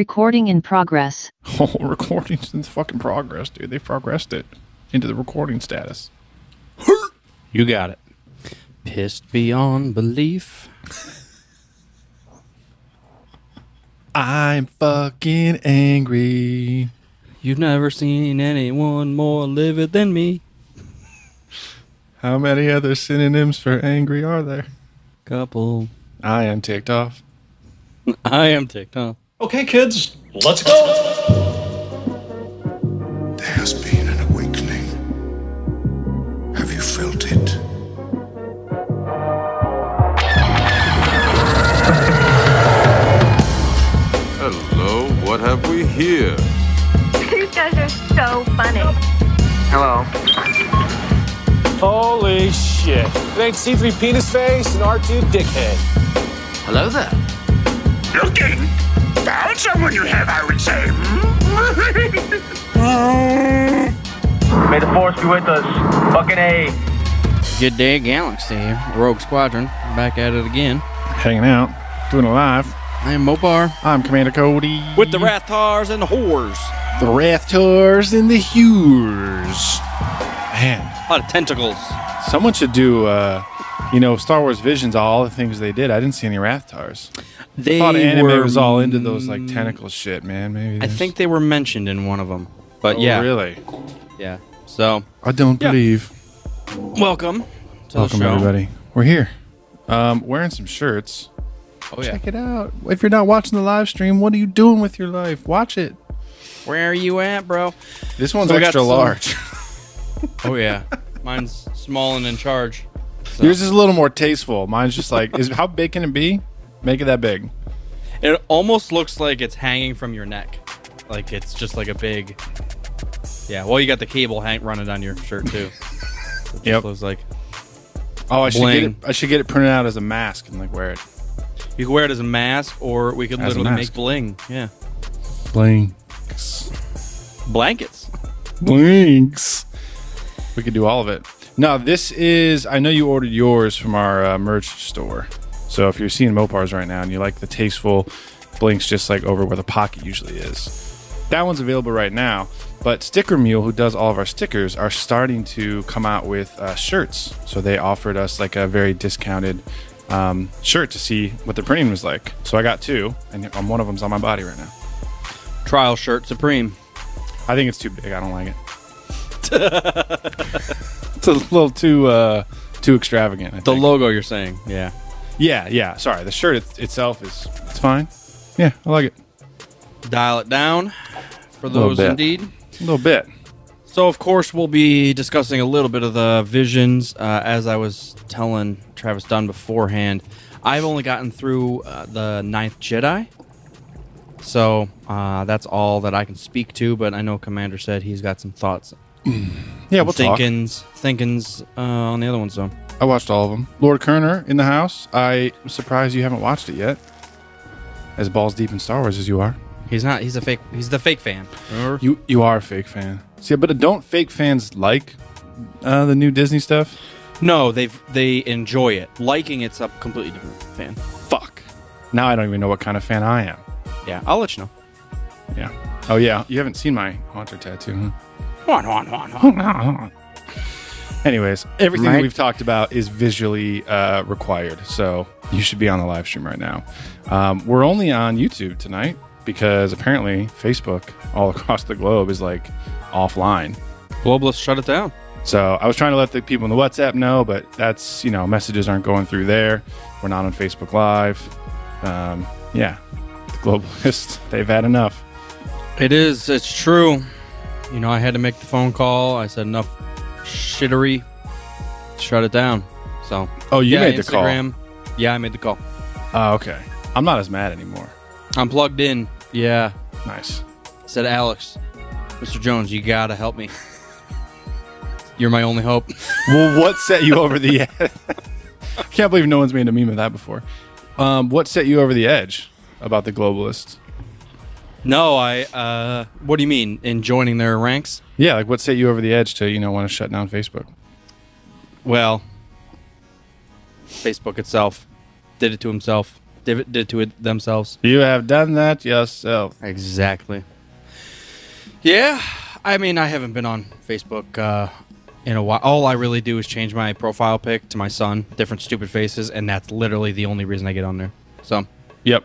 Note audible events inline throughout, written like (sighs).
Recording in progress. Oh, (laughs) recording's in fucking progress, dude. They progressed it into the recording status. You got it. Pissed beyond belief. I'm fucking angry. You've never seen anyone more livid than me. How many other synonyms for angry are there? Couple. I am ticked off. I am ticked off. Okay, kids, let's go. There has been an awakening. Have you felt it? Hello, what have we here? (laughs) You guys are so funny. Holy shit. It ain't C3 penis face and R2 dickhead. You're getting found someone you have, hmm? I would say. (laughs) May the force be with us. Fucking A. Good day, Galaxy. Rogue Squadron. Back at it again. Hanging out, doing a live. I am Mopar. I'm Commander Cody. With the Rathars and the Whores. the Rathars and the Hewers. Man, A lot of tentacles. someone should do, uh, you know, Star Wars Visions, all the things they did. I didn't see any Rathars. They I thought anime were- was all into those, like, tentacle shit, man. Maybe I there's- think they were mentioned in one of them. But Oh, yeah. Really? Yeah. So, I don't Yeah. believe. welcome to Welcome, the show. everybody. We're here. Um, wearing some shirts. Oh, yeah. Check it out. If you're not watching the live stream, what are you doing with your life? Watch it. Where are you at, bro? This one's So we got extra some- (laughs) large. Oh, yeah. Mine's small and in charge. Yours is a little more tasteful. Mine's just like, is how big can it be? Make it that big. It almost looks like it's hanging from your neck. Like it's just like a big. Yeah, well, you got the cable hang- running down your shirt too. So it Yep. just looks like Oh, I should get it. Bling. I should get it printed out as a mask and like wear it. you could wear it as a mask, or we could As a mask. literally make bling. Yeah, Blinks. blankets. Blinks. We could do all of it. Now, this is, I know you ordered yours from our uh, merch store. So if you're seeing Mopars right now and you like the tasteful blinks just like over where the pocket usually is, that one's available right now. But Sticker Mule, who does all of our stickers, are starting to come out with uh, shirts. So they offered us like a very discounted um, shirt to see what the printing was like. So I got two, and um, one of them's on my body right now. Trial shirt supreme. I think it's too big. I don't like it. it's a little too uh, too extravagant. I The think. logo you're saying. Yeah, yeah, yeah. Sorry, the shirt it, itself is it's fine. Yeah, I like it dial it down for Little those bit. indeed. a little bit. So, of course, we'll be discussing a little bit of the visions. Uh, as I was telling Travis Dunn beforehand, I've only gotten through uh, the Ninth Jedi. So, uh, that's all that I can speak to. But I know Commander said he's got some thoughts, Yeah, we'll talk. thinkings, thinkings uh, on the other one. So, I watched all of them. Lord Kerner in the house. I'm surprised you haven't watched it yet. As balls deep in Star Wars as you are, he's not, he's a fake, he's the fake fan. you you are a fake fan. See, but don't fake fans like uh, the new Disney stuff? No, they've, they enjoy it. Liking it's a completely different fan. Fuck. Now I don't even know what kind of fan I am. Yeah, I'll let you know. Yeah. Oh yeah. You haven't seen my haunter tattoo, huh? Hold on, hold on, hold on. (laughs) Anyways, everything that Right. we've talked about is visually uh, required, so you should be on the live stream right now. Um, we're only on YouTube tonight because apparently Facebook all (laughs) across the globe is like offline. Globalist, shut it down. So I was trying to let the people in the WhatsApp know, but that's you know messages aren't going through there. We're not on Facebook Live. Um, yeah, the globalists (laughs) they've had enough. It is. It's true. You know, I had to make the phone call. I said enough shittery. Shut it down. So. Oh, you yeah, made the call. Instagram. Yeah, I made the call. Oh, okay. I'm not as mad anymore. I'm plugged in. Yeah. Nice. Said Alex, Mr. Jones, you gotta help me. (laughs) You're my only hope. well, what set you over (laughs) the edge? (laughs) I can't believe no one's made a meme of that before. Um, what set you over the edge about the globalists? No, I. uh What do you mean in joining their ranks? Yeah, like what set you over the edge to you know want to shut down Facebook? Well, Facebook itself did it to himself. did, did to it themselves. You have done that yourself. Exactly. Yeah, I mean, I haven't been on Facebook uh, in a while. All I really do is change my profile pic to my son, different stupid faces, and that's literally the only reason I get on there. So Yep.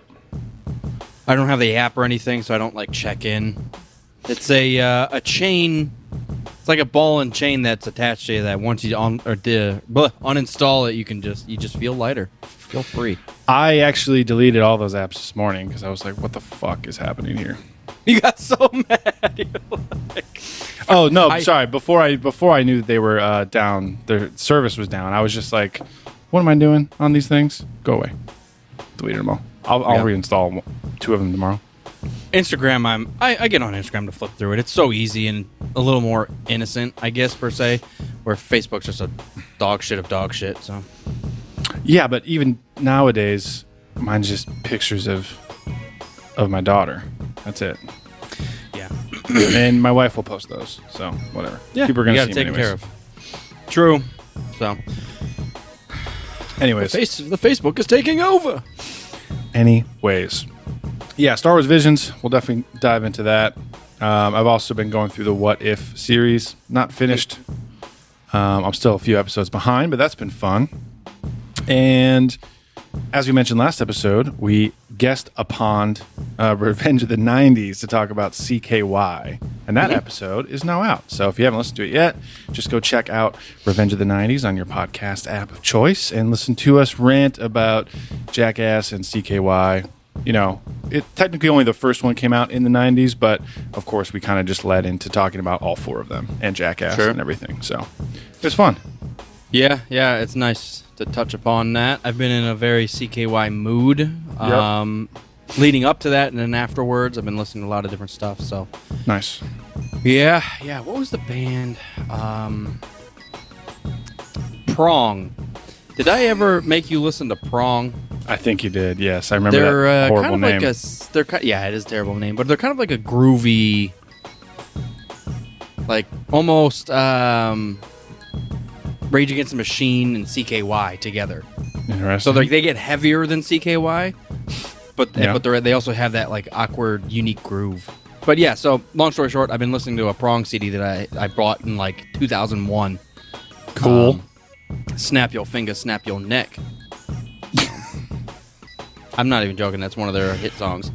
I don't have the app or anything, so I don't like check in. It's a uh, a chain. It's like a ball and chain that's attached to you that once you on or di, bleh, uninstall it, you can just you just feel lighter, feel free. (laughs) I actually deleted all those apps this morning because I was like, what the fuck is happening here? You got so (laughs) mad. You're like- Oh no! I- sorry. Before I before I knew that they were uh, down, their service was down. I was just like, "What am I doing on these things? Go away." Deleted them all. I'll, I'll Yeah. reinstall two of them tomorrow. Instagram, I'm I, I get on Instagram to flip through it. It's so easy and a little more innocent, I guess per se. Where Facebook's just a dog shit of dog shit. So Yeah, but even nowadays, mine's just pictures of of my daughter. That's (clears throat) it. yeah, and my wife will post those. So whatever. people are gonna you see gotta take them care anyways. of. True. So Anyways, face the Facebook is taking over. anyways. Yeah, Star Wars Visions. We'll definitely dive into that. Um, I've also been going through the What If series. Not finished. Um, I'm still a few episodes behind, but that's been fun. And as we mentioned last episode, we guest upon uh, (laughs) Revenge of the 90s to talk about CKY. And that episode is now out. So if you haven't listened to it yet, just go check out Revenge of the 90s on your podcast app of choice and listen to us rant about Jackass and CKY. You know, it technically only the first one came out in the 90s, but of course we kind of just led into talking about all four of them and Jackass Sure. and everything. So it was fun. Yeah, yeah, it's nice to touch upon that. I've been in a very CKY mood. Um, leading up to that and then afterwards, I've been listening to a lot of different stuff. So Nice. Yeah, yeah. What was the band? Um, Prong. Did I ever make you listen to Prong? I think you did. Yes, I remember They're that uh, horrible kind of name. like a. s- They're ki- yeah, it is a terrible name, but they're kind of like a groovy, like almost um, Rage Against the Machine and CKY together. So Interesting. like they get heavier than CKY, but Yeah. but they they also have that like awkward, unique groove. But yeah, so long story short, I've been listening to a Prong CD that I I bought in like 2001. cool. Um, Snap your finger, snap your (laughs) neck. I'm not even joking. That's one of their hit songs.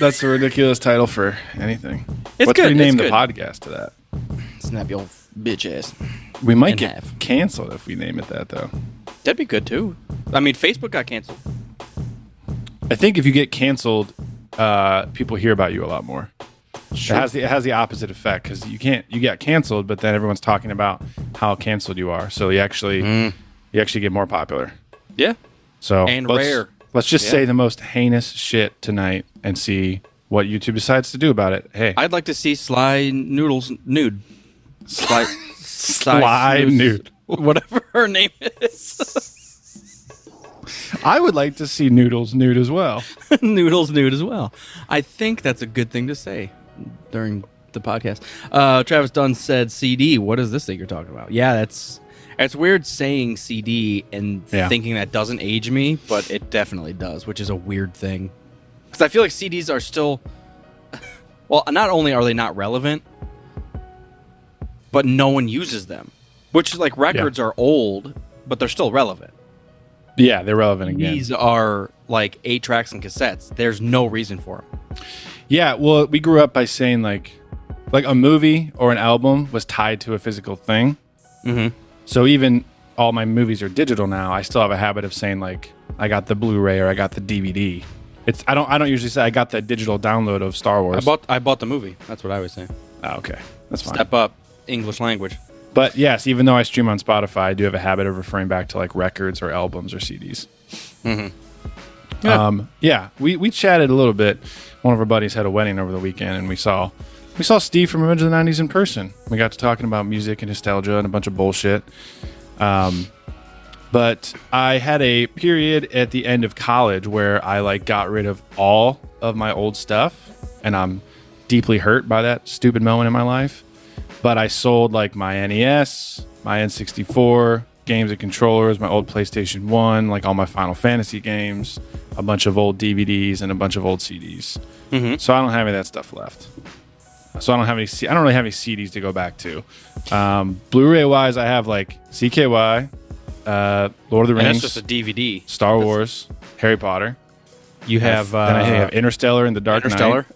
That's a ridiculous title for anything. It's Let's good, rename it's the good. podcast to that. Snap your bitch ass. We might And get have. canceled if we name it that, though. That'd be good too. I mean, Facebook got canceled. I think if you get canceled, uh, people hear about you a lot more. It has the it has the opposite effect because you can't you get canceled, but then everyone's talking about how canceled you are. So you actually you actually get more popular. Yeah. So And let's, rare. Let's just Yeah. say the most heinous shit tonight and see what YouTube decides to do about it. Hey, I'd like to see Sly Noodles nude. (laughs) Sly, Sly, Sly Snooze- nude. Whatever her name is. (laughs) I would like to see Noodles nude as well. (laughs) Noodles nude as well. I think that's a good thing to say during the podcast. Uh, Travis Dunn said CD. What is this that you're talking about? Yeah, that's it's weird saying CD and Yeah. thinking that doesn't age me, but it definitely does, which is a weird thing. Because I feel like CDs are still (laughs) well, not only are they not relevant, but no one uses them. Which like records are old, but they're still relevant. Yeah, they're relevant again. These are like eight tracks and cassettes. There's no reason for them. Yeah, well, we grew up by saying like, like a movie or an album was tied to a physical thing. Mm-hmm. So even all my movies are digital now. I still have a habit of saying like, I got the Blu-ray or I got the DVD. It's I don't I don't usually say I got the digital download of Star Wars. I bought I bought the movie. That's what I was saying. oh, okay, that's fine. Step up English language. But yes, even though I stream on Spotify, I do have a habit of referring back to like records or albums or CDs. Yeah. Um, yeah, we, we chatted a little bit. One of our buddies had a wedding over the weekend, and we saw we saw Steve from Revenge of the '90s in person. We got to talking about music and nostalgia and a bunch of bullshit. Um, but I had a period at the end of college where I like got rid of all of my old stuff, and I'm deeply hurt by that E stupid moment in my life but I sold like my NES, my N64, games and controllers, my old PlayStation 1, like all my Final Fantasy games, a bunch of old DVDs, and a bunch of old CDs. Mm-hmm. So I don't have any of that stuff left. So I don't have any. C- I don't really have any CDs to go back to. Um, Blu-ray wise, I have like CKY, uh, Lord of the And that's Rings, just a DVD. Star Wars, Harry Potter. You have uh, then I have Interstellar and the Dark Interstellar.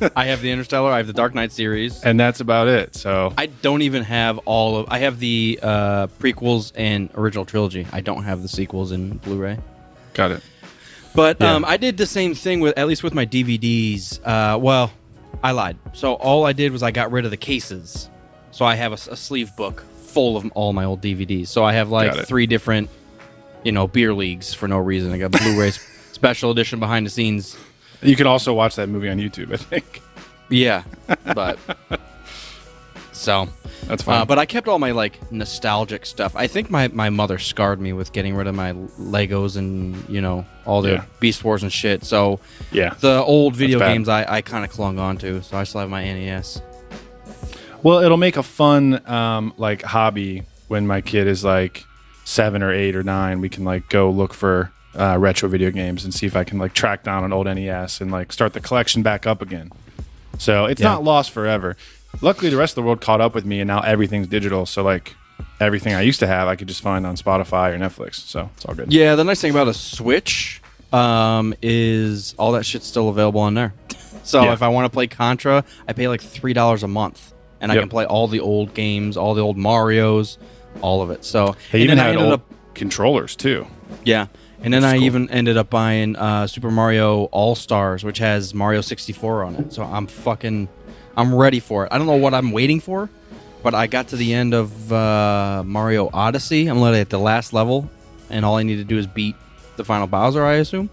Knight, (laughs) I have the Interstellar. I have the Dark Knight series. and that's about it. So I don't even have all of. I have the uh, prequels and original trilogy. I don't have the sequels in Blu-ray. got it. But Yeah. um, I did the same thing with at least with my DVDs. Uh, well, I lied. So all I did was I got rid of the cases. So I have a, s- a sleeve book full of all my old DVDs. So I have Got like it. three different, you know, beer leagues for no reason. I (laughs) got Blu-ray s- special edition behind the scenes. You can also watch that movie on YouTube. I think Yeah, (laughs) but so that's fine. Uh, but I kept all my like nostalgic stuff. I think my, my mother scarred me with getting rid of my Legos and you know all the Yeah. Beast Wars and shit. So yeah. the old video bad. games I, I kind of clung on to. So I still have my E NES. Well, it'll make a fun um, like hobby when my kid is like seven or eight or nine. We can like go look for uh, retro video games and see if I can like track down an old NES and like start the collection back up again. So it's not lost forever. Luckily, the rest of the world caught up with me, and now everything's digital. So like everything I used to have, I could just find on Spotify or Netflix. So it's all good. Yeah, the nice thing about a Switch um, is all that shit's still available on there. (laughs) So Yeah. if I want to play Contra, I pay like three dollars a month, and I Yep. can play all the old games, all the old Mario's, all of it. So They and even then I had ended old up controllers too. Yeah. And then I even ended up buying uh, Super Mario All Stars, which has Mario 64 on it. So I'm fucking, I'm ready for it. I don't know what I'm waiting for, but I got to the end of uh, Mario Odyssey. I'm literally at the last level, and all I need to do is beat the final Bowser, I assume.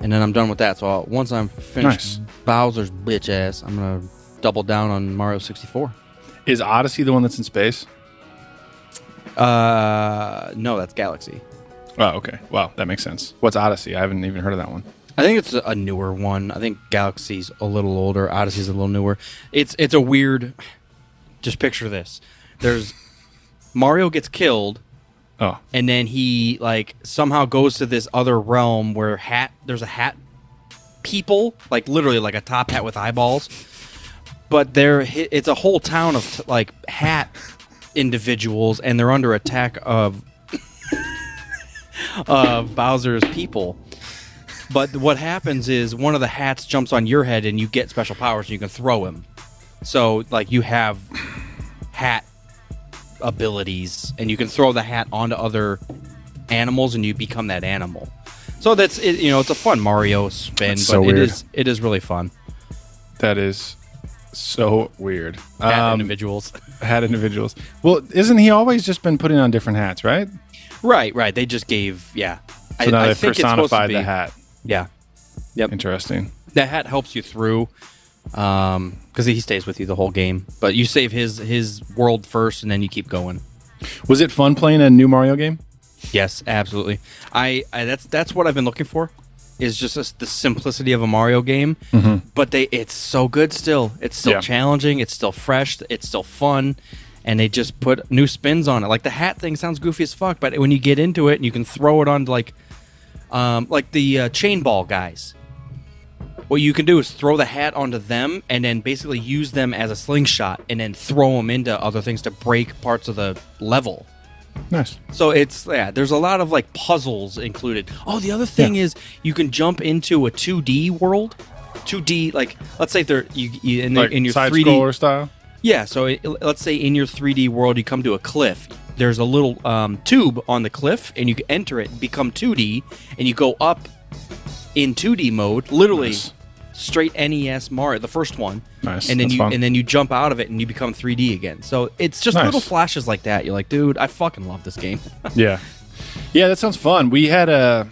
And then I'm done with that. So I'll, once I'm finished Nice. Bowser's bitch ass, I'm gonna double down on Mario 64. Is Odyssey the one that's in space? Uh, no, that's Galaxy. Oh, okay. Wow, that makes sense. What's Odyssey? I haven't even heard of that one. I think it's a- a newer one. I think Galaxy's a little older. Odyssey's a little newer. It's it's a weird. Just picture this: there's (laughs) Mario gets killed, Oh, and then he like somehow goes to this other realm where hat there's a hat people like literally like a top hat with eyeballs, but they're hi- it's a whole town of t- like hat individuals, and they're under attack of of Bowser's people. But what happens is one of the hats jumps on your head and you get special powers and you can throw him. So like you have hat abilities and you can throw the hat onto other animals and you become that animal. So that's it, you know it's a fun Mario spin, but That's so it weird. is it is really fun. That is so weird. Hat Um, individuals. hat individuals. Well, isn't he always just been putting on different hats, right? right, right. They just gave yeah. So now they personified the hat. Yeah. Interesting. that hat helps you through because he stays with you the whole game but you save his his world first and then you keep going Was it fun playing a new Mario game? yes absolutely i, I that's that's what i've been looking for is just this, the simplicity of a mario game but they it's so good still it's still Yeah. challenging it's still fresh it's still fun and they just put new spins on it like the hat thing sounds goofy as fuck but when you get into it and you can throw it on like um, like the uh, chain ball guys what you can do is throw the hat onto them and then basically use them as a slingshot and then throw them into other things to break parts of the level. Nice. So it's yeah, there's a lot of like puzzles included. Oh, the other thing is you can jump into a 2D world. 2D like let's say they're you, you in, the- Like in your side 3D scroller style. yeah, so it, let's say in your 3D world, you come to a cliff. There's a little um, tube on the cliff, and you can enter it, become 2D, and you go up in 2D mode, literally Nice. straight NES Mario, the first one. Nice, And then that's you fun. and then you jump out of it, and you become 3D again. So it's just Nice. little flashes like that. You're like, dude, I fucking love this game. Yeah. Yeah, that sounds fun. We had a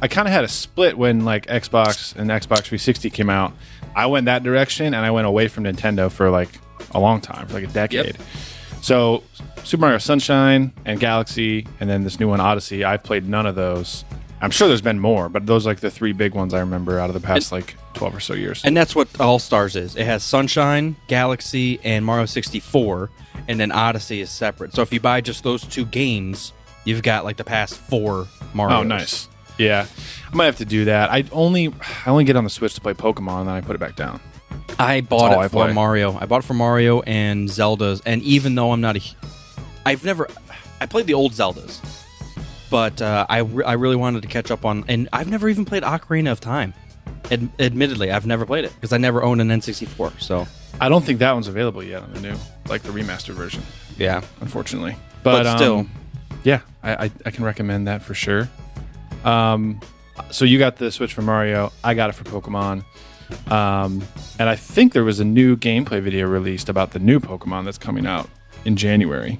I kind of had a split when like Xbox and Xbox 360 came out. I went that direction and I went away from Nintendo for like a long time, for like a decade. So Super Mario Sunshine and Galaxy and then this new one Odyssey, I've played none of those. I'm sure there's been more, but those are like the three big ones I remember out of the past like 12 or so years. And that's what All Stars is. It has Sunshine, Galaxy, and Mario 64. and then Odyssey is separate. So if you buy just those two games, you've got like the past four Mario. Oh, nice. Yeah, I might have to do that. I only I only get on the Switch to play Pokemon, and then I put it back down. I That's bought it all Oh, I for play. Mario. I bought it for Mario and Zelda's. And even though I'm not a, hu- I've never, I played the old Zelda's, but uh, I re- I really wanted to catch up on. And I've never even played Ocarina of Time. Ad- admittedly, I've never played it because I never owned an N64. So I don't think that one's available yet on the new, like the remastered version, yeah, unfortunately. but, But, um, still, yeah, I, I, I can recommend that for sure. Um, so you got the Switch for Mario, I got it for Pokemon, um, and I think there was a new gameplay video released about the new Pokemon that's coming out in January,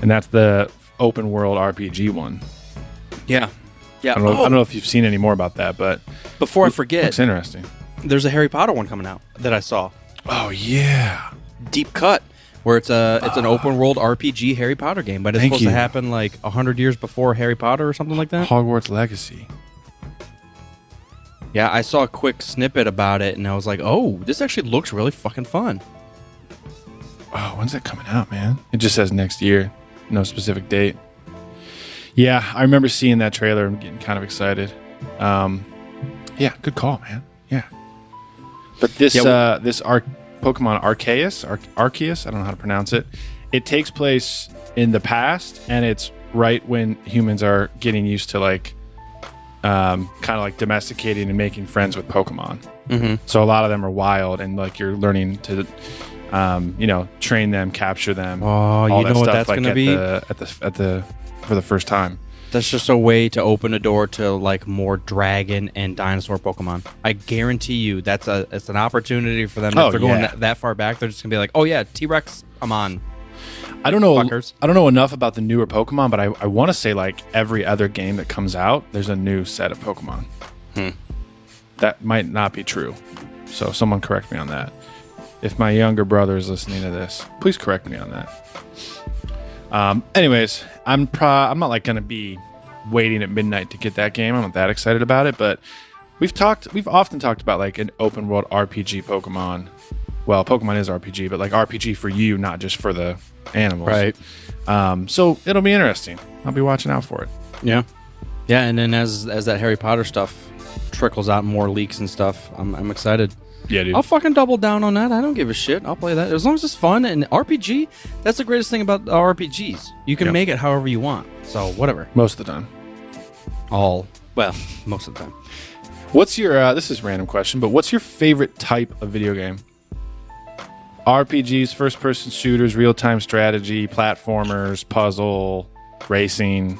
and that's the open world RPG one. yeah, yeah. I don't, know, I Oh, don't know if you've seen any more about that, but before I looks forget, interesting. there's a Harry Potter one coming out that I saw. Oh yeah, Deep Cut, where it's a it's an open world RPG Harry Potter game, but it's Thank supposed you. to happen like hundred years before Harry Potter or something like that. Hogwarts Legacy. Yeah, I saw a quick snippet about it, and I was like, "Oh, this actually looks really fucking fun." Oh, when's that coming out, man? It just says next year, no specific date. Yeah, I remember seeing that trailer and getting kind of excited. Um, yeah, good call, man. Yeah, but this Yeah, we- uh, this Ar- Pokemon Arceus, Ar- Arceus, I don't know how to pronounce it. It takes place in the past, and it's right when humans are getting used to like um, kind of like domesticating and making friends with Pokemon. Mm-hmm. So a lot of them are wild, and like you're learning to, um, you know, train them, capture them. Oh, all you that know what stuff, that's like, gonna at be? the, at the at the for the first time. That's just a way to open a door to like more dragon and dinosaur Pokemon. I guarantee you, that's a it's an opportunity for them. Oh, if they're going yeah. that, that far back, they're just gonna be like, "Oh yeah, T Rex, I'm on." I don't know. Fuckers. I don't know enough about the newer Pokemon, but I, I want to say like every other game that comes out, there's a new set of Pokemon. That might not be true. So someone correct me on that. If my younger brother is listening to this, please correct me on that. Um, anyways, I'm pro- I'm not like gonna be waiting at midnight to get that game. I'm not that excited about it, but we've talked we've often talked about like an open world RPG Pokemon. Well, Pokemon is RPG, but like RPG for you, not just for the animals. Um, so it'll be interesting. I'll be watching out for it. Yeah. Yeah, and then as as that Harry Potter stuff trickles out, more leaks and stuff, I'm I'm excited. Yeah, dude. I'll fucking double down on that. I don't give a shit. I'll play that as long as it's fun and RPG. That's the greatest thing about RPGs. You can Yeah. make it however you want. So whatever. Most of the time. All well, most of the time. What's your? Uh, this is a random question, but what's your favorite type of video game? RPGs, first-person shooters, real-time strategy, platformers, puzzle, racing.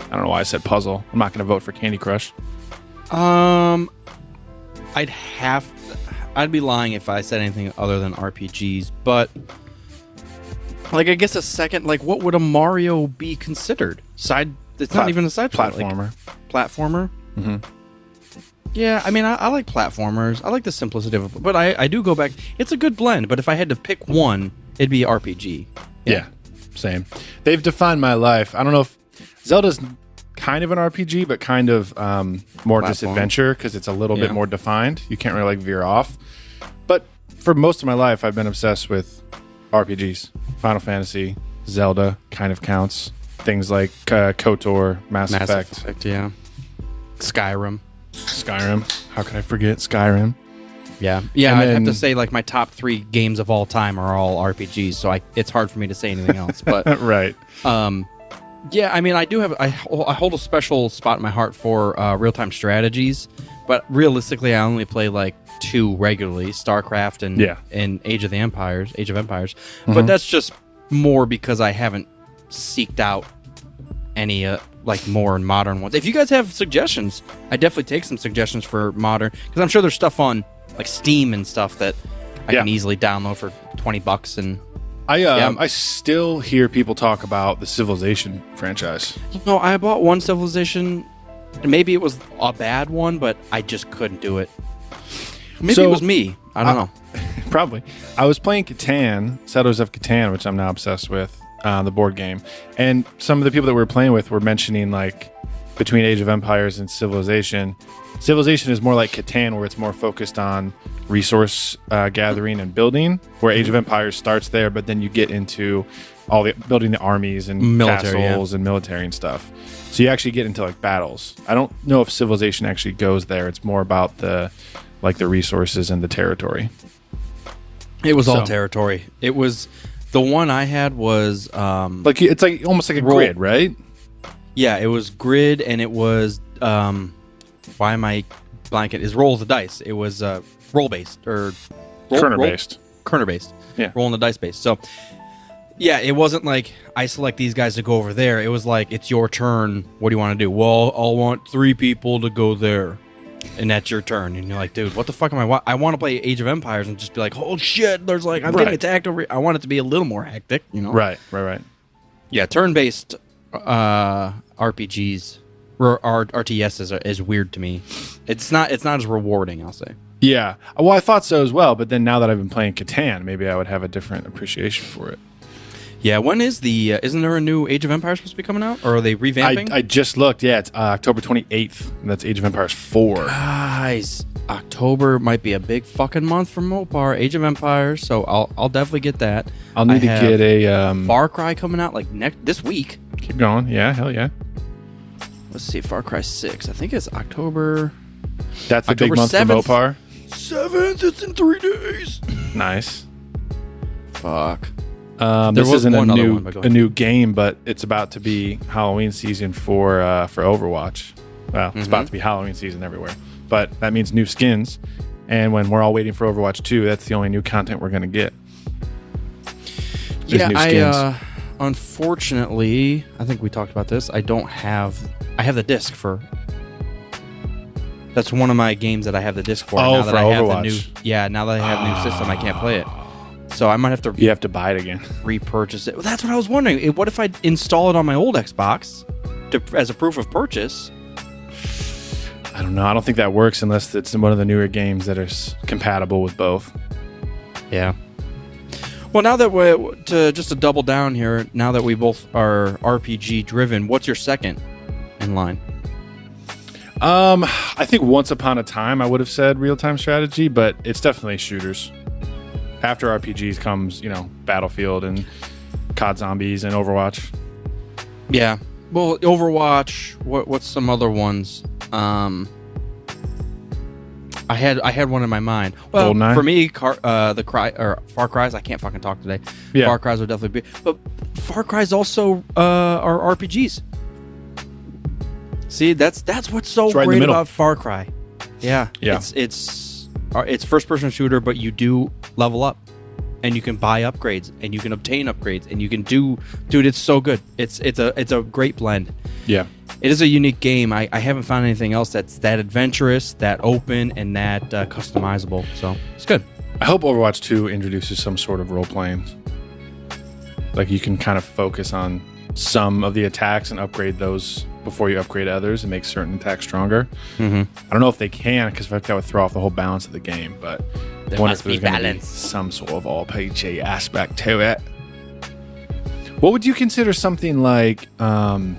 I don't know why I said puzzle. I'm not going to vote for Candy Crush. Um, I'd have, I'd be lying if I said anything other than RPGs, but like I guess a second, like what would a Mario be considered? Side, it's not Plat- even a side scroll, like, platformer. platformer. Mm-hmm. Yeah, I mean, I, I like platformers. I like the simplicity of it, but I, I do go back. It's a good blend, but if I had to pick one, it'd be RPG. Yeah. same. They've defined my life. I don't know if Zelda's kind of an RPG, but kind of um, more just Platform. adventure because it's a little Yeah. bit more defined. You can't really like veer off. But for most of my life, I've been obsessed with RPGs, Final Fantasy, Zelda kind of counts. Things like uh, KOTOR, Mass, Mass Effect, Effect, yeah. Skyrim. Skyrim. How could I forget Skyrim? Yeah, yeah. And I'd have then- to say like my top three games of all time are all RPGs, so I it's hard for me to say anything else. But right. um, yeah, I mean, I do have I, ho- I hold a special spot in my heart for uh, real time strategies, but realistically, I only play like two regularly: StarCraft and Yeah. Mm-hmm. and Age of the Empires, Age of Empires. But that's just more because I haven't seeked out any uh, like more modern ones. If you guys have suggestions, I definitely take some suggestions for modern because I'm sure there's stuff on like Steam and stuff that I Yeah. can easily download for twenty bucks. And I um, Yeah. I still hear people talk about the Civilization franchise. no, I bought one Civilization. Maybe it was a bad one, but I just couldn't do it. Maybe So- it was me. I don't I- know. (laughs) Probably. I was playing Catan, Shadows of Catan, which I'm now obsessed with, uh, the board game. And some of the people that we were playing with were mentioning like between Age of Empires and Civilization. Civilization is more like Catan, where it's more focused on resource uh, gathering and building. Where Age of Empires starts there, but then you get into all the building the armies and Military, yeah. castles and military and stuff. So you actually get into like battles. I don't know if Civilization actually goes there. It's more about the like the resources and the territory. It was all So- territory. It was the one I had was um Like it's like almost like a Roll. grid, right? yeah, it was grid and it was um why am I blanket is roll of the dice. It was uh roll based or roll- Turner roll- based. Kerner based. Yeah. Rolling the dice based. So yeah, it wasn't like I select these guys to go over there. It was like it's your turn. What do you want to do? Well, I'll want three people to go there. And that's your turn. And you're like, dude, what the fuck am I? Wa- I want to play Age of Empires and just be like, oh shit, there's like, I'm Right. getting attacked over here. I want it to be a little more hectic, you know? Right, right, right. Yeah, turn based uh, RPGs or R- RTSs are, is weird to me. It's not It's not as rewarding, I'll say. Yeah. Well, I thought so as well, but then now that I've been playing Catan, maybe I would have a different appreciation for it. Yeah, when is the. Uh, isn't there a new Age of Empires supposed to be coming out? Or are they I, revamping? I just looked. Yeah, it's uh, October 28th, and that's Age of Empires 4. Guys, October might be a big fucking month for Mopar, Age of Empires, so I'll I'll definitely get that. I'll need to I have get a. Um, Far Cry coming out like next this week. keep going. Yeah, hell yeah. Let's see, Far Cry Six. I think it's October That's the October big month 7th. for Mopar. seventh. It's in three days. Nice. Fuck. Um, There this was isn't a one other new one, but a go ahead. new game, but it's about to be Halloween season for uh, for Overwatch. Well, it's Mm-hmm. about to be Halloween season everywhere, but that means new skins. And when we're all waiting for Overwatch 2, that's the only new content we're going to get. There's yeah, new I skins. uh, unfortunately, I think we talked about this. I don't have. I have the disc for. That's one of my games that I have the disc for. Oh, now that for I have the Overwatch. new, yeah, now that I have a new system, I can't play it. So I might have to You have to buy it again. (laughs) repurchase it. Well, that's what I was wondering. It- What if I install it on my old Xbox to, as a proof of purchase? I don't know. I don't think that works unless it's in one of the newer games that are s- compatible with both. Yeah. Well, now that we to just to double down here, now that we both are RPG driven, what's your second in line? Um, I think once upon a time I would have said real time strategy, but it's definitely shooters. After RPGs comes, you know, Battlefield and COD Zombies and Overwatch. Yeah. Well, Overwatch. What what's some other ones? Um. I had I had one in my mind. Well, GoldenEye? for me, car, uh, the cry or Far Cries. I can't fucking talk today. Yeah. Far Cries would definitely be, but Far Cries also uh, are RPGs. See, that's that's what's so It's right in the great middle. about Far Cry. Yeah, Yeah. It's it's uh, it's first person shooter, but you do level up, and you can buy upgrades, and you can obtain upgrades, and you can do, dude. It's so good. It's it's a it's a great blend. Yeah. It is a unique game. I, I haven't found anything else that's that adventurous, that open, and that uh, customizable. So it's good. I hope Overwatch 2 introduces some sort of role playing. Like you can kind of focus on some of the attacks and upgrade those before you upgrade others and make certain attacks stronger. I don't know if they can because I think that would throw off the whole balance of the game, but there wonder must if there's be gonna balance. some sort of RPG aspect to it. What would you consider something like? Um,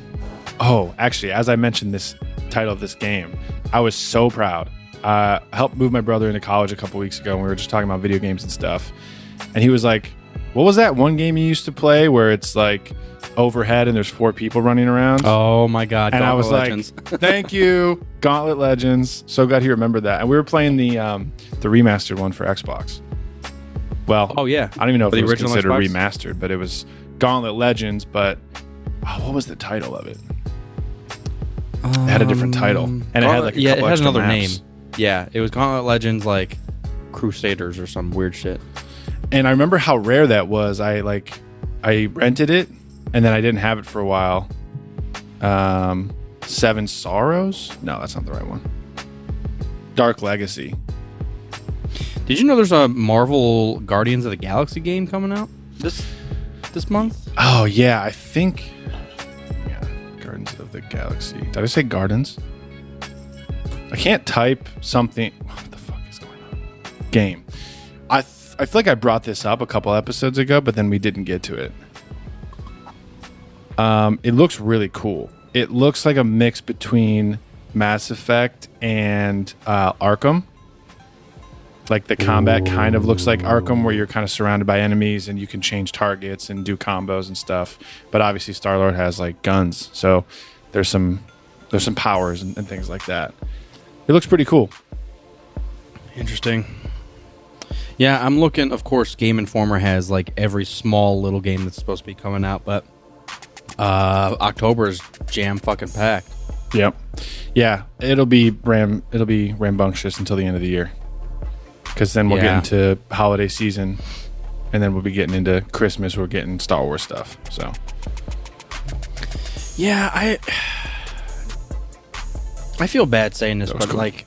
oh, actually, as I mentioned this title of this game, I was so proud. Uh, I helped move my brother into college a couple weeks ago, and we were just talking about video games and stuff. And he was like, "What was that one game you used to play where it's like overhead and there's four people running around?" Oh my god! and I was (laughs) like, "Thank you, Gauntlet Legends." So glad he remembered that. And we were playing the um, the remastered one for Xbox. Well, Oh, yeah. I don't even know if The it was original considered Xbox? remastered, but it was Gauntlet Legends. But oh, what was the title of it? It had a different title, um, and it had like a Um, yeah, couple it had extra another maps. name. Yeah, it was Gauntlet Legends like Crusaders or some weird shit. and I remember how rare that was. I like, I rented it, and then I didn't have it for a while. Um, Seven Sorrows? No, that's not the right one. Dark Legacy. Did you know there's a Marvel Guardians of the Galaxy game coming out this this month? Oh yeah, I think. Yeah, Gardens of the Galaxy. Did I say gardens? I can't type something. What the fuck is going on? Game. I th- I feel like I brought this up a couple episodes ago, but then we didn't get to it. Um, it looks really cool. it looks like a mix between Mass Effect and uh, Arkham. Like the combat kind of looks like Arkham, where you're kind of surrounded by enemies and you can change targets and do combos and stuff. But obviously, Star Lord has like guns, so there's some there's some powers and, and things like that. It looks pretty cool. Interesting. Yeah, I'm looking. Of course, Game Informer has like every small little game that's supposed to be coming out, but uh, October is jam fucking packed. Yep. Yeah, it'll be ram. It'll be rambunctious until the end of the year, because then we'll Yeah. get into holiday season, and then we'll be getting into Christmas. We're getting Star Wars stuff. So Yeah, I I feel bad saying this, was but cool. like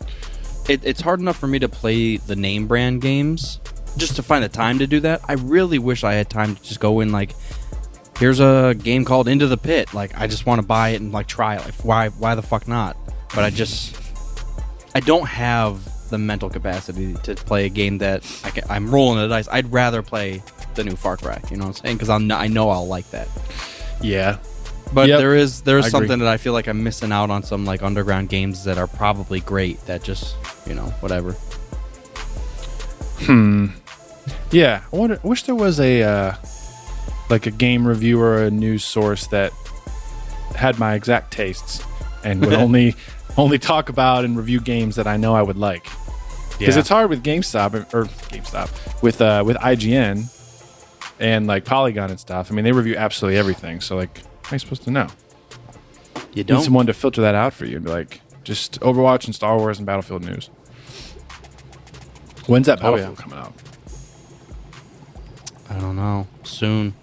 it, it's hard enough for me to play the name brand games just to find the time to do that. I really wish I had time to just go in like here's a game called Into the Pit. Like I just want to buy it and like try it. Like why why the fuck not? But I just I don't have the mental capacity to play a game that I can, I'm rolling the dice. I'd rather play the new Far Cry. You know what I'm saying? Because I'm not, I know I'll like that. yeah, But Yep. there is there I is agree. something that I feel like I'm missing out on some like underground games that are probably great that just you know whatever. yeah. I wonder, wish there was a uh, like a game review or a news source that had my exact tastes and would only only talk about and review games that I know I would like. because it's hard with GameStop or GameStop with uh, with IGN and like Polygon and stuff. I mean, they review absolutely everything. So like, how are you supposed to know? you Need don't. someone to filter that out for you and be like, just Overwatch and Star Wars and Battlefield news. When's that Battlefield coming out? I don't know. Soon.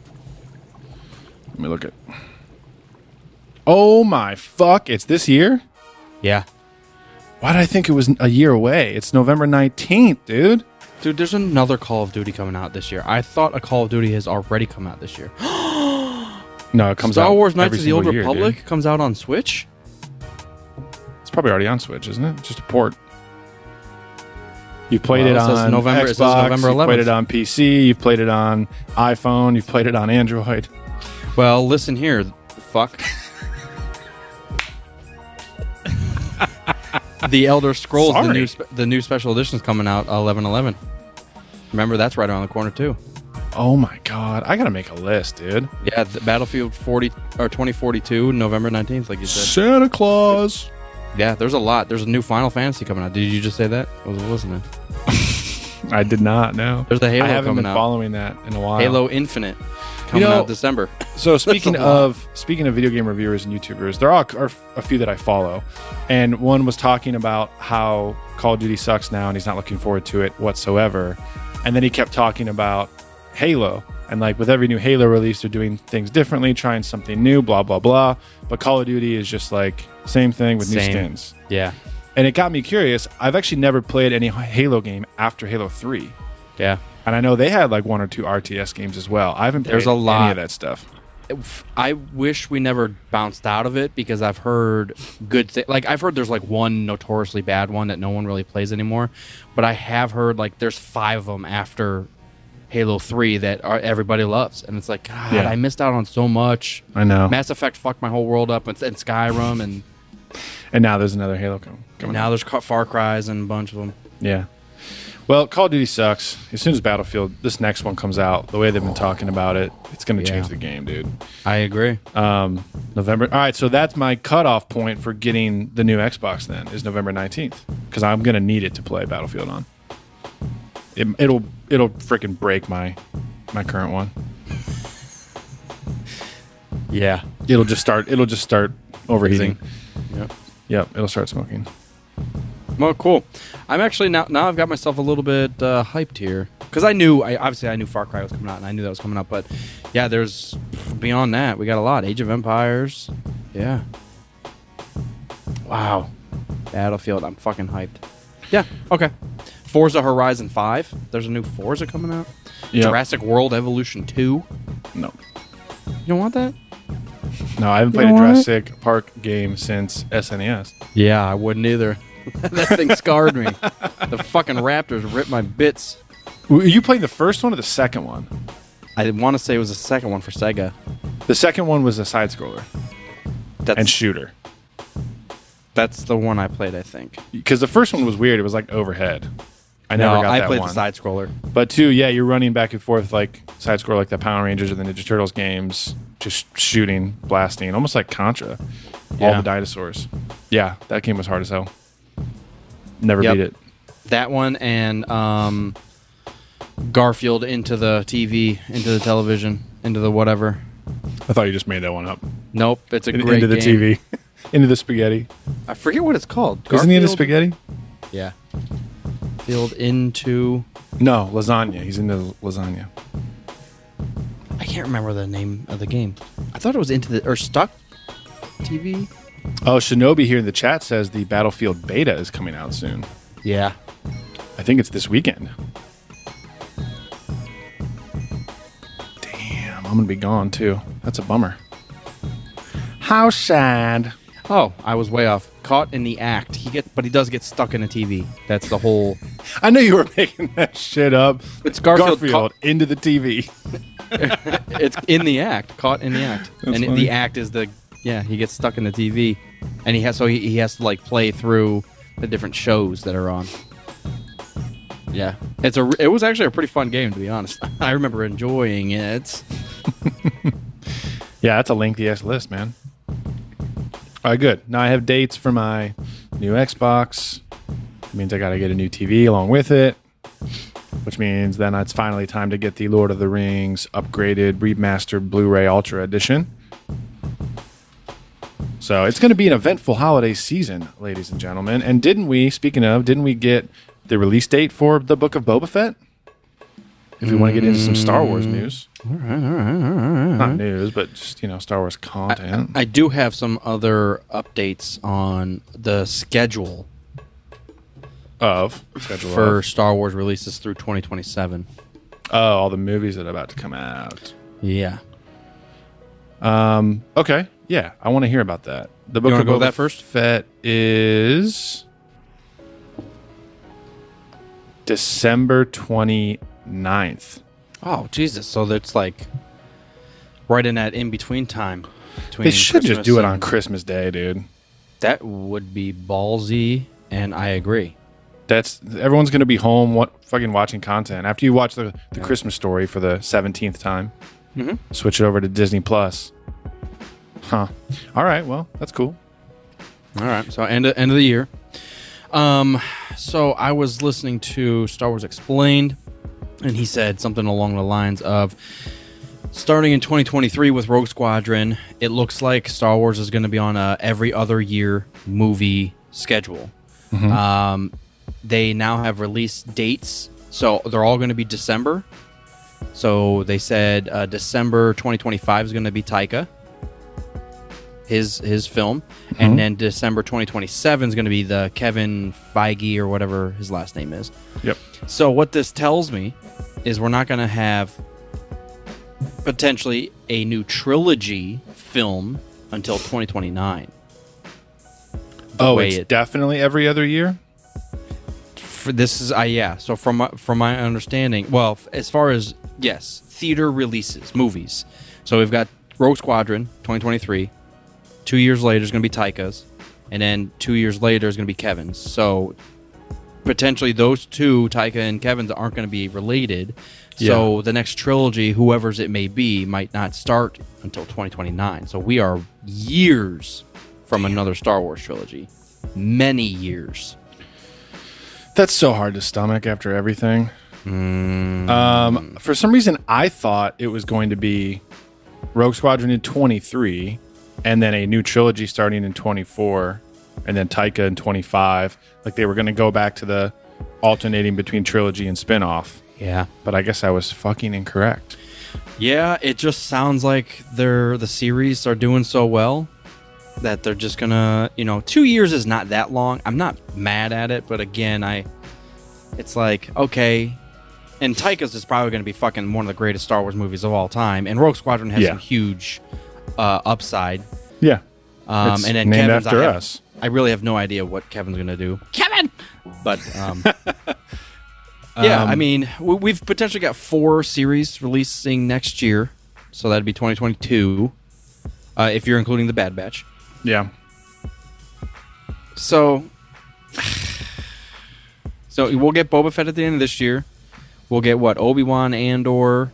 Let me look at. Oh my fuck! It's this year. Yeah, Why did I think it was a year away? It's November nineteenth, dude. dude. There's another Call of Duty coming out this year. I thought a Call of Duty has already come out this year. No, it comes out. Star Wars every Knights of the Old single year, dude. Republic comes out on Switch. It's probably already on Switch, isn't it? Just a port. You played Well, it it says on November- it Xbox. says November you played 11th. it on PC. You've played it on iPhone. You've played it on Android. Well, listen here, (laughs) fuck. the Elder Scrolls, the Sorry. new spe- the new special edition is coming out eleven eleven. Remember that's right around the corner too. Oh my god! I gotta make a list, dude. Yeah, the Battlefield 40 or 2042, November 19th, like you said. Santa Claus. Yeah, there's a lot. There's a new Final Fantasy coming out. Did you just say that? I was listening. I did not know. There's the Halo I haven't coming been out. following that in a while. Halo Infinite coming know- (coughs) out December. So speaking a lot. of speaking of video game reviewers and YouTubers, there are, are a few that I follow, and one was talking about how Call of Duty sucks now, and he's not looking forward to it whatsoever. And then he kept talking about Halo, and like with every new Halo release, they're doing things differently, trying something new, blah blah blah. But Call of Duty is just like same thing with new Same. skins, Yeah. and it got me curious. I've actually never played any Halo game after Halo Three, Yeah. and I know they had like one or two RTS games as well. I haven't played There's a lot. any of that stuff. If- I wish we never bounced out of it because I've heard good things. Like I've heard there's like one notoriously bad one that no one really plays anymore, but I have heard like there's five of them after Halo Three that are, everybody loves, and it's like God, Yeah. I missed out on so much. I know. Mass Effect fucked my whole world up, and, and Skyrim, (laughs) and And now there's another Halo com- coming. now out. there's Ca- Far Cries and a bunch of them. Yeah. Well, Call of Duty sucks. As soon as Battlefield, this next one comes out, the way they've been talking about it, it's going to Yeah. change the game, dude. I agree. November. All right, so that's my cutoff point for getting the new Xbox. Then is November nineteenth because I'm going to need it to play Battlefield on. It, it'll it'll freaking break my my current one. yeah, It'll just start. It'll just start overheating. Yep. Yep. It'll start smoking. Well, cool. I'm actually now now I've got myself a little bit uh, hyped here because I knew I obviously I knew Far Cry was coming out and I knew that was coming up, but yeah, there's beyond that we got a lot. Age of Empires, yeah. Wow, Battlefield. I'm fucking hyped. Yeah. Okay. Forza Horizon Five. There's a new Forza coming out. Yep. Jurassic World Evolution Two. No. You don't want that? No, I haven't played know a what? Jurassic Park game since E SNES. Yeah, I wouldn't either. (laughs) that thing scarred me. The fucking Raptors ripped my bits. Were you playing the first one or the second one? I want to say it was the second one for Sega. The second one was a side scroller. That's and shoot her. that's the one I played, I think. Because the first one was weird. It was like overhead. I never got I that played one. the side scroller. But two, yeah, you're running back and forth like side scroll, like the Power Rangers and the Ninja Turtles games, just shooting, blasting, almost like Contra. All Yeah. the dinosaurs. Yeah, that game was hard as hell. Never Yep. beat it. That one and um, Garfield into the TV, into the television, into the whatever. I thought you just made that one up. Nope, it's a In- great into the game. TV, (laughs) into the spaghetti. I forget what it's called. Isn't he into Garfield- spaghetti? Yeah. Field into. No, lasagna. He's into lasagna. I can't remember the name of the game. I thought it was into the or stuck TV. Oh, Shinobi here in the chat says the Battlefield beta is coming out soon. Yeah. I think it's this weekend. Damn, I'm gonna be gone too. That's a bummer. How sad. Oh, I was way off. Caught in the act. He get, but he does get stuck in a TV. That's the whole. I knew you were (laughs) making that shit up. It's Garfield into the TV. It's in the act. Caught in the act. (laughs) That's and it- funny. the act is the yeah. He gets stuck in the TV, and he has so he, he has to like play through the different shows that are on. Yeah, it's a. It was actually a pretty fun game to be honest. (laughs) I remember enjoying it. Yeah, that's a lengthy ass list, man. All right, good. Now I have dates for my new Xbox. It means I got to get a new TV along with it, which means then it's finally time to get the Lord of the Rings upgraded, remastered Blu ray Ultra Edition. So it's going to be an eventful holiday season, ladies and gentlemen. And didn't we, speaking of, didn't we get the release date for the Book of Boba Fett? If we want to get into some Star Wars Mm. news. Not news, but just, you know, Star Wars content. I do have some other updates on the schedule of schedule for of. Star Wars releases through 2027. Oh, all the movies that are about to come out. Yeah. Okay, yeah, I want to hear about that. The book wanna of go Boba with that first? Fett is December 29th. Oh, Jesus. So that's like right in that in between time. Between They should just Christmas do it and- on Christmas Day, dude. That would be ballsy, and I agree. That's everyone's going to be home, what fucking watching content after you watch the, the Christmas story for the seventeenth time. Switch it over to Disney Plus. Huh. All right. Well, that's cool. All right. So end of, end of the year. Um, so I was listening to Star Wars Explained, and he said something along the lines of, starting in 2023 with Rogue Squadron, it looks like Star Wars is going to be on a every other year movie schedule. Um, they now have release dates, so they're all going to be December. So they said uh, December 2025 is going to be Taika, his his film, Mm-hmm. and then December 2027 is going to be the Kevin Feige or whatever his last name is. Yep. So what this tells me is we're not going to have potentially a new trilogy film until 2029. oh, way it's it- definitely every other year. For this is I yeah. So from my, from my understanding, well, f- as far as yes, theater releases, movies. So we've got Rogue Squadron 2023. 2 years later is going to be Taika's, and then 2 years later is going to be Kevin's. So potentially those two Taika and Kevin's aren't going to be related. So the next trilogy, whoever's it may be, might not start until 2029. So we are years from another Star Wars trilogy. Many years. That's so hard to stomach after everything. Hmm. Um, for some reason, I thought it was going to be Rogue Squadron in 23, and then a new trilogy starting in 24, and then Taika in 25. Like they were going to go back to the alternating between trilogy and spin off. Yeah. But I guess I was fucking incorrect. Yeah, it just sounds like they're the series are doing so well that they're just gonna, you know, two years is not that long. I'm not mad at it, but again, I, it's like okay, and Taika's is probably gonna be fucking one of the greatest Star Wars movies of all time, and Rogue Squadron has Yeah. some huge uh, upside. Yeah. Um, It's and then named Kevin's, after I have- us. I really have no idea what Kevin's gonna do. Kevin, but um, (laughs) yeah, I mean, we, we've potentially got four series releasing next year, so that'd be 2022, uh, if you're including the Bad Batch. Yeah. So, so we'll get Boba Fett at the end of this year. We'll get what Obi Wan Andor,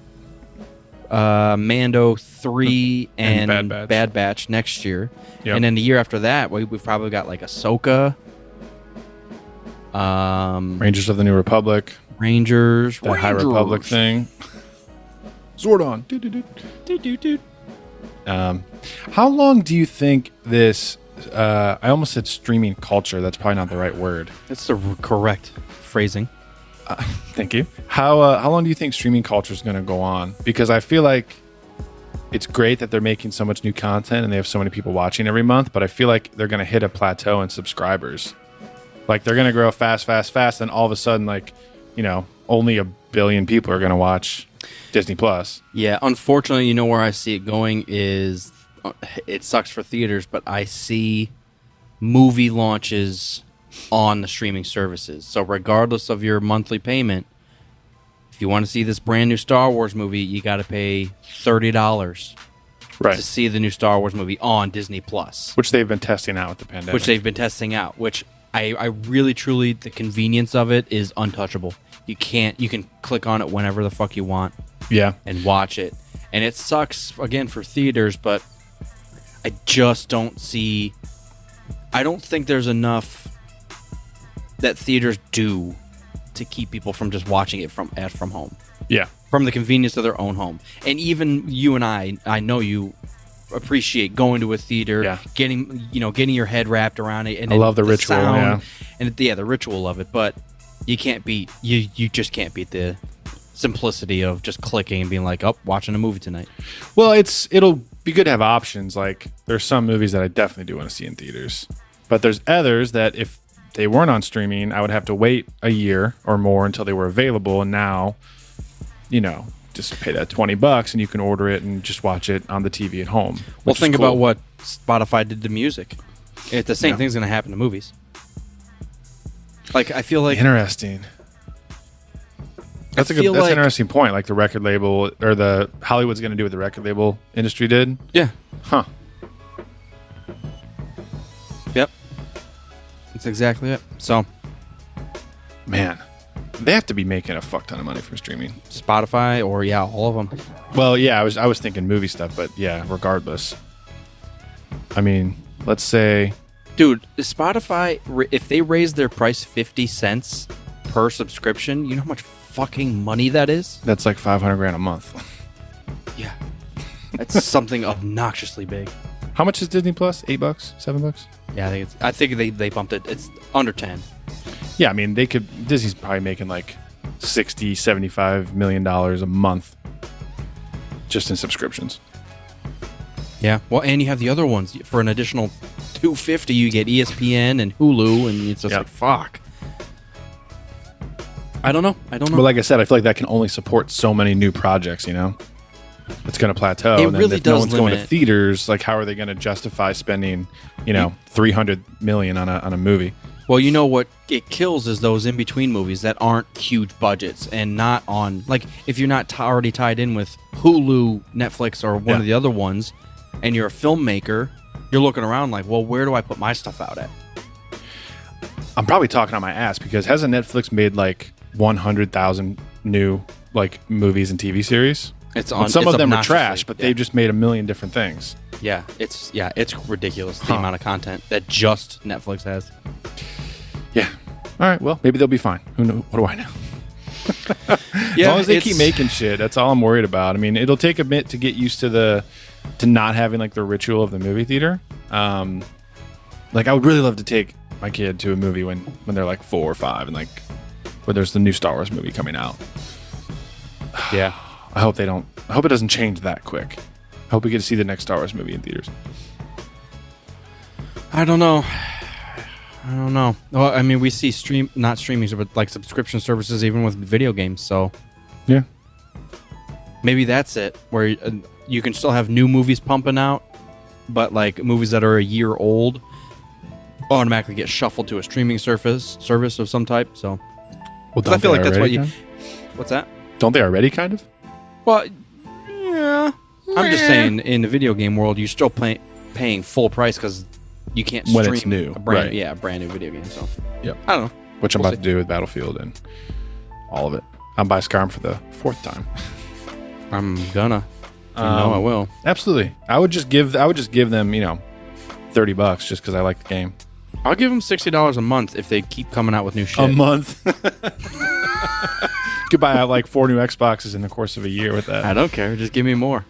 uh, Mando three, (laughs) and, And Bad Batch. next year, Yep. and then the year after that, we, we've probably got like Ahsoka, um, Rangers of the New Republic, Rangers, that High Republic thing. Rangers. Zordon. Doo, doo, doo. Doo, doo, doo. Um, how long do you think this? Uh, I almost said streaming culture. That's probably not the right word. That's the r- correct phrasing. Thank you. How uh, how long do you think streaming culture is going to go on? Because I feel like it's great that they're making so much new content and they have so many people watching every month, but I feel like they're going to hit a plateau in subscribers. Like they're going to grow fast, fast, fast, and all of a sudden, like you know, only a billion people are going to watch Disney Plus. Yeah, unfortunately, you know where I see it going is uh, it sucks for theaters, but I see movie launches on the streaming services. So regardless of your monthly payment, if you want to see this brand new Star Wars movie, you got to pay $30 to see the new Star Wars movie on Disney Plus, Which they've been testing out with the pandemic. which they've been testing out, which I, I really truly the convenience of it is untouchable. You can't you can click on it whenever the fuck you want yeah. and watch it. And it sucks again for theaters, but I just don't see. I don't think there's enough that theaters do to keep people from just watching it from at from home, Yeah. from the convenience of their own home. And even you and I, I know you appreciate going to a theater, Yeah. getting you know getting your head wrapped around it. And I then love the ritual, sound, and yeah, the ritual of it. But you can't beat you. You just can't beat the simplicity of just clicking and being like, "Oh, watching a movie tonight." Well, it's it'll be good to have options. Like there's some movies that I definitely do want to see in theaters, but there's others that if they weren't on streaming, I would have to wait a year or more until they were available. And now, you know, just pay that twenty bucks and you can order it and just watch it on the TV at home. Well, which is think cool. about what Spotify did to music. It, the same thing's going to happen to movies. Like I feel like interesting. That's a good, feel that's like- an interesting point. Like the record label or the Hollywood's going to do what the record label industry did. yeah, Huh. yep. That's exactly it. So Man, they have to be making a fuck ton of money from streaming. Spotify or yeah, all of them. Well, yeah, I was I was thinking movie stuff, but yeah, regardless. I mean, let's say Dude, Spotify ra- if they raise their price 50 cents per subscription, you know how much fucking money that is? that's like five hundred grand a month. (laughs) Yeah. (laughs) That's something obnoxiously big. How much is Disney Plus? Eight bucks? Seven bucks? Yeah, I think it's, I think they, they bumped it. It's under 10. Yeah, I mean they could Disney's probably making like 60, 75 million dollars a month just in subscriptions. Yeah. Well, and you have the other ones for an additional 250 you get E ESPN and Hulu and it's just Yeah. like fuck. I don't know. I don't know. But like I said, I feel like that can only support so many new projects, you know? It's gonna plateau. It and then really if no does one's going to limit- theaters, like how are they gonna justify spending, you know, three hundred million on a on a movie? well, you know what it kills is those in between movies that aren't huge budgets and not on like if you're not t- already tied in with Hulu, Netflix or one Yeah. of the other ones and you're a filmmaker, you're looking around like, "Well, where do I put my stuff out at?" I'm probably talking on my ass because hasn't Netflix made like 100,000 new like movies and TV series? It's And on some it's of them are obnoxiously- trash, but yeah. they've just made a million different things. Yeah, it's yeah, it's ridiculous the Huh. amount of content that just Netflix has. Yeah. All right. Well, maybe they'll be fine. Who knows? What do I know? as long as they keep making. making shit, that's all I'm worried about. I mean, it'll take a bit to get used to the to not having like the ritual of the movie theater. Um, like I would really love to take my kid to a movie when when they're like four or five, and like where there's the new Star Wars movie coming out. (sighs) Yeah. I hope they don't. I hope it doesn't change that quick. I hope we get to see the next Star Wars movie in theaters. I don't know. I don't know. Well, I mean, we see stream not streaming, but like subscription services, even with video games. So Yeah. maybe that's it, where uh, you can still have new movies pumping out, but like movies that are a year old automatically get shuffled to a streaming service service of some type. So Well, 'Cause I feel like that's what you. What's that? don't they already kind of? Well, yeah. I'm just saying, in the video game world, you're still pay, paying full price because you can't When stream it's new, a brand, right. yeah, a brand new video game. So Yep. I don't know. Which I'm We'll about to do with Battlefield and all of it. I'm by Skyrim for the fourth time. I'm gonna. I Um, know I will. Absolutely. I would just give I would just give them, you know, 30 bucks just cuz I like the game. I'll give them sixty dollars a month if they keep coming out with new shit. A (laughs) month. Could buy out like four new Xboxes in the course of a year with I that. don't care. Just give me more.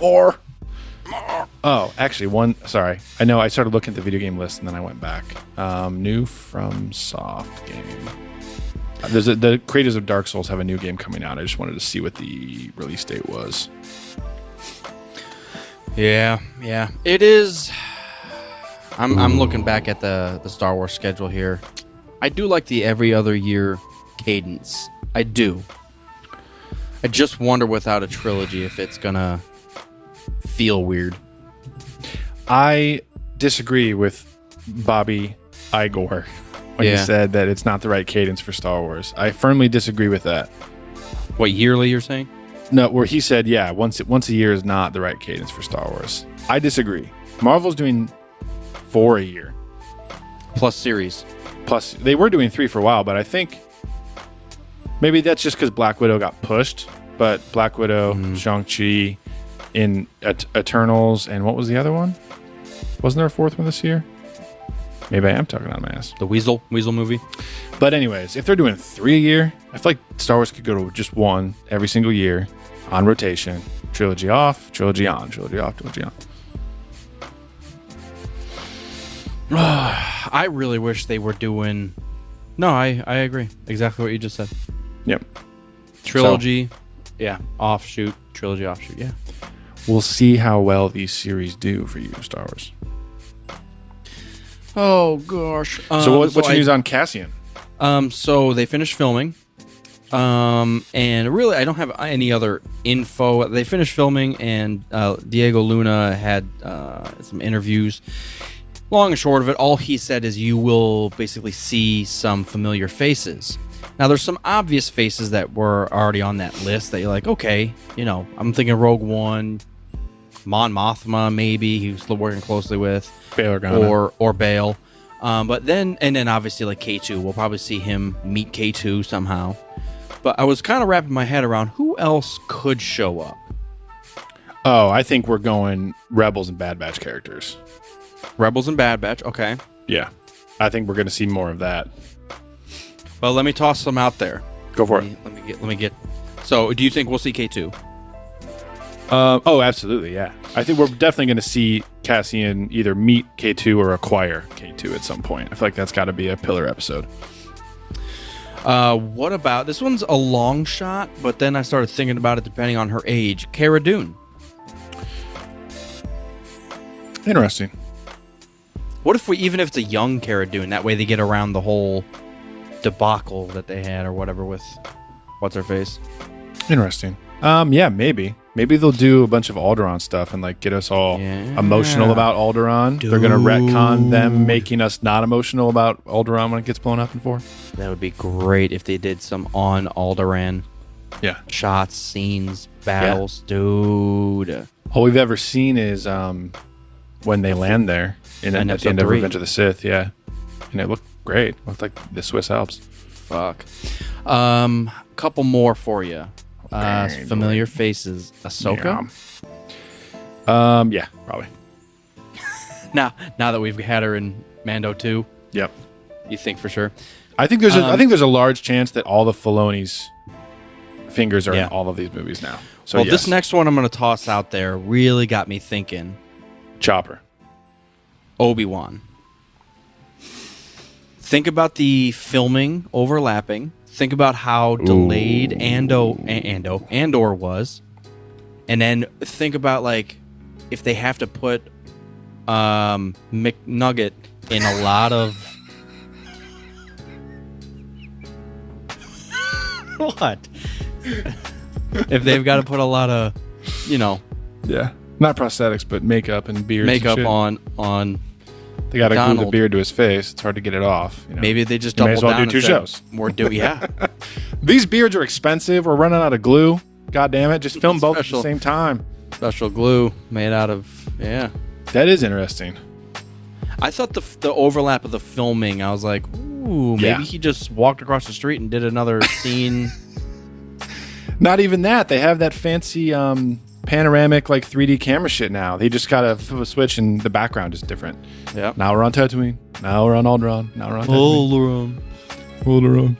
More. Oh, actually, one. Sorry, I know. I started looking at the video game list and then I went back. Um, new from Soft game. Uh, There's a, the creators of Dark Souls have a new game coming out. I just wanted to see what the release date was. Yeah, yeah. It is. I'm, I'm looking back at the, the Star Wars schedule here. I do like the every other year cadence. I do. I just wonder without a trilogy if it's going to feel weird. I disagree with Bobby Igor when he Yeah. said that it's not the right cadence for Star Wars. I firmly disagree with that. What, yearly, you're saying? No, where he said, yeah, once once a year is not the right cadence for Star Wars. I disagree. Marvel's doing four a year. Plus series. Plus, they were doing three for a while, but I think maybe that's just because Black Widow got pushed. But Black Widow, Shang-Chi, in Et- Eternals, and what was the other one? Wasn't there a fourth one this year? Maybe I am talking out of my ass. The Weasel, Weasel movie. But anyways, if they're doing three a year, I feel like Star Wars could go to just one every single year on rotation. Trilogy off, trilogy on, trilogy off, trilogy on. I really wish they were doing. No, I, I agree. Exactly what you just said. Yep. Trilogy. Yeah. Offshoot. Trilogy, offshoot. Yeah. We'll see how well these series do for you, Star Wars. Oh, gosh. So, what, what's your I news on Cassian? Um, so they finished filming. Um, and really, I don't have any other info. They finished filming, and uh, Diego Luna had uh, some interviews. Long and short of it, all he said is you will basically see some familiar faces. Now, there's some obvious faces that were already on that list that you're like, okay, you know, I'm thinking Rogue One, Mon Mothma, maybe he was working closely with Bail Organa. or or Bale. Um, but then and then obviously like K two, we'll probably see him meet K two somehow. But I was kind of wrapping my head around who else could show up. Oh, I think we're going Rebels and Bad Batch characters. Rebels and Bad Batch, okay. Yeah. I think we're going to see more of that. Well, let me toss them out there. Go for Let me, let me get let me get. So, do you think we'll see K two? Um, oh, absolutely. Yeah. I think we're definitely going to see Cassian either meet K2 or acquire K2 at some point. I feel like that's got to be a pillar episode. Uh, what about this one's a long shot? But then I started thinking about it depending on her age. Cara Dune. Interesting. What if we even if it's a young Cara Dune? That way they get around the whole debacle that they had or whatever with what's her face. Interesting. Um, yeah, maybe. Maybe they'll do a bunch of Alderon stuff and like get us all Yeah. emotional about Alderon. They're gonna Dude. retcon them making us not emotional about Alderon when it gets blown up in four. That would be great if they did some on Alderan Yeah. shots, scenes, battles, dude. All we've ever seen is um, when they land there in In at the episode end of three. Revenge of the Sith. Yeah, and it looked great. Looked like the Swiss Alps. Fuck. Um, couple more for you. Uh, familiar faces, Ahsoka. Yeah. Um. Yeah. Probably. Now, now that we've had her in Mando two, Yep. you think for sure? I think there's a, I Um, think there's a large chance that all the Filoni's fingers are Yeah. in all of these movies now. So Well, yes. this next one I'm gonna toss out there really got me thinking. Chopper. Obi Wan. Think about the filming overlapping. Think about how delayed Ando Ando Andor was, and then think about like if they have to put um, McNugget in a lot of. (laughs) what? if they've got to put a lot of, you know, Yeah. Not prosthetics, but makeup and beards. and makeup shit. on on They got to glue the Donald. beard to his face. It's hard to get it off. you know. Maybe they just You double may as well down do and two said, shows. (laughs) We're doing yeah. these beards are expensive. We're running out of glue. God damn it! Just film both at the Special. same time. Special glue made out of yeah. That is interesting. I thought the the overlap of the filming. I was like, ooh, maybe Yeah. he just walked across the street and (laughs) did another scene. Not even that. They have that fancy um, panoramic like 3D camera shit now. They just got a, flip a switch and the background is different. yeah. Now we're on Tatooine. Now we're on Alderaan. Now we're on Tatooine. Olerum.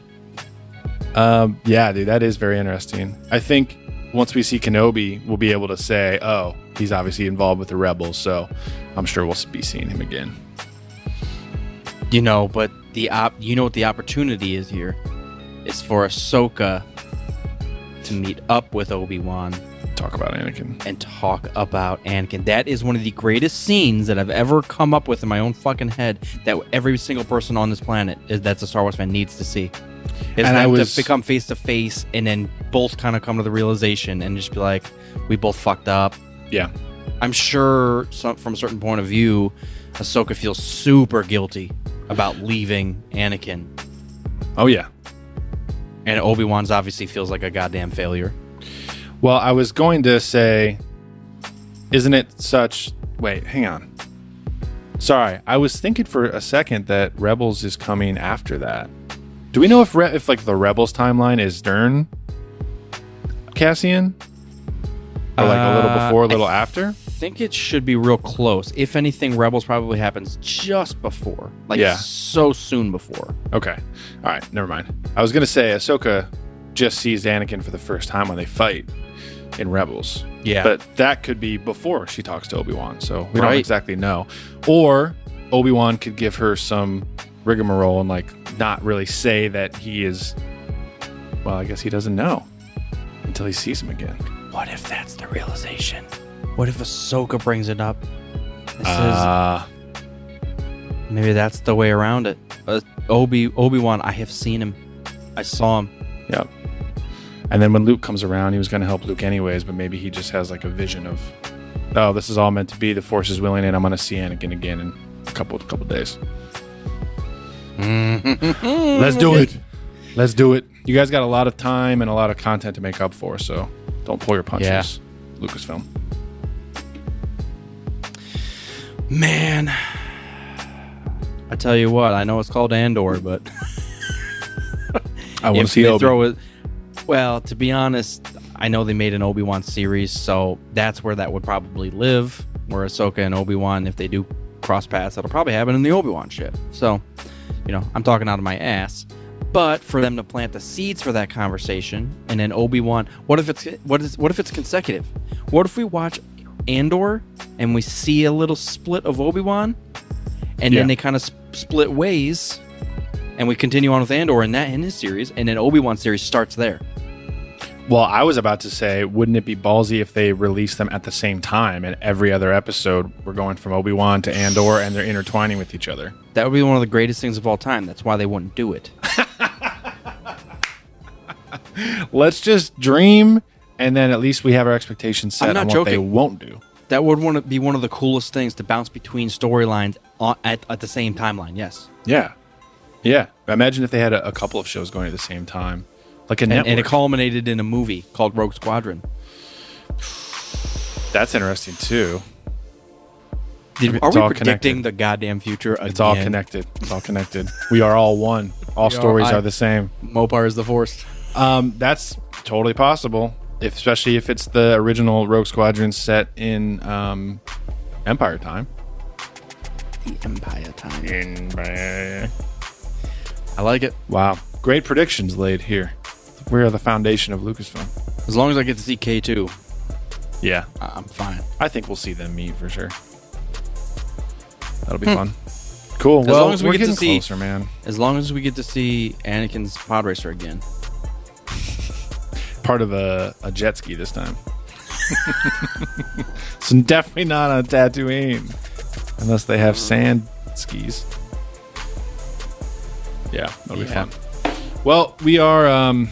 Alderaan. Um, yeah, dude, that is very interesting. I think once we see Kenobi, we'll be able to say, "Oh, he's obviously involved with the rebels." So I'm sure we'll be seeing him again. You know, but the op, you know what the opportunity is here? It's for Ahsoka to meet up with Obi Wan Talk about Anakin. and talk about Anakin. That is one of the greatest scenes that I've ever come up with in my own fucking head. That every single person on this planet is that's a Star Wars fan needs to see. It's And and I I was- to become face to face, and then both kind of come to the realization and just be like, "We both fucked up." Yeah, I'm sure some, from a certain point of view, Ahsoka feels super guilty about leaving Anakin, Oh yeah. and Obi Wan's obviously feels like a goddamn failure. Well, I was going to say, isn't it such? Wait, hang on. Sorry, I was thinking for a second that Rebels is coming after that. Do we know if Re- if like the Rebels timeline is Dern, Cassian, or like a little Uh, before, a I little after? I think it should be real close. If anything, Rebels probably happens just before, like Yeah. so soon before. Okay, all right, never mind. I was gonna say Ahsoka just sees Anakin for the first time when they fight in Rebels. Yeah, But that could be before she talks to Obi Wan, so we don't Right. exactly know. Or Obi Wan could give her some rigmarole and like not really say that he is. Well, I guess he doesn't know until he sees him again. what if that's the realization? What if Ahsoka brings it up? This Uh, is maybe that's the way around it. Uh, Obi Obi Wan, I have seen him. I saw him. yep. And then when Luke comes around, he was going to help Luke anyways, but maybe he just has like a vision of, oh, this is all meant to be. The Force is willing, and I'm going to see Anakin again in a couple couple days. Let's do (laughs) it. Let's do it. You guys got a lot of time and a lot of content to make up for, so don't pull your punches, Yeah. Lucasfilm. Man, I tell you what, I know it's called Andor, but I want if to see they Obi. throw it, well, to be honest, I know they made an Obi Wan series, so that's where that would probably live. Where Ahsoka and Obi Wan, if they do cross paths, that'll probably happen in the Obi Wan ship. So, you know, I'm talking out of my ass. But for them to plant the seeds for that conversation, and then Obi Wan, what if it's what is what if it's consecutive? What if we watch Andor and we see a little split of Obi Wan, and Yeah. then they kind of sp- split ways, and we continue on with Andor in that in his series, and then Obi Wan series starts there. well, I was about to say, wouldn't it be ballsy if they released them at the same time and every other episode we're going from Obi Wan to Andor and they're intertwining with each other? That would be one of the greatest things of all time. That's why they wouldn't do it. Let's just dream, and then at least we have our expectations set I'm not on what they joking. won't do. That would want to be one of the coolest things to bounce between storylines on- at, at the same timeline. Yes, Yeah, yeah. Imagine if they had a, a couple of shows going at the same time, like a and, network. and it culminated in a movie called Rogue Squadron. That's interesting too. Did, It's are we all connected. predicting the goddamn future? Again? It's all connected. It's all connected. We are all one. All stories I- are the same. Mopar is the Force. Um, that's totally possible, if, especially if it's the original Rogue Squadron set in um, Empire time. The Empire time. Empire. I like it. Wow, great predictions laid here. We are the foundation of Lucasfilm. As long as I get to see K two, Yeah, I'm fine. I think we'll see them meet for sure. That'll be fun. Cool. well, long Hmm. as we we're get to getting see- closer, man. As long as we get to see Anakin's pod racer again. Part of a, a jet ski this time. (laughs) so definitely not on Tatooine, unless they have sand skis. Yeah, that'll be Yeah. fun. Well, we are. Um,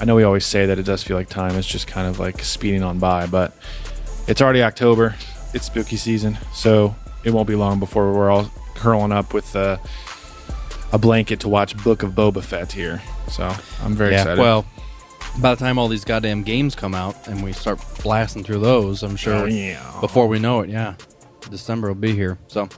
I know we always say that it does feel like time is just kind of like speeding on by, but it's already October. It's spooky season, so it won't be long before we're all curling up with uh, a blanket to watch Book of Boba Fett here. So I'm very excited. Well, by the time all these goddamn games come out and we start blasting through those, I'm sure Oh, yeah. before we know it, yeah. December will be here. So, all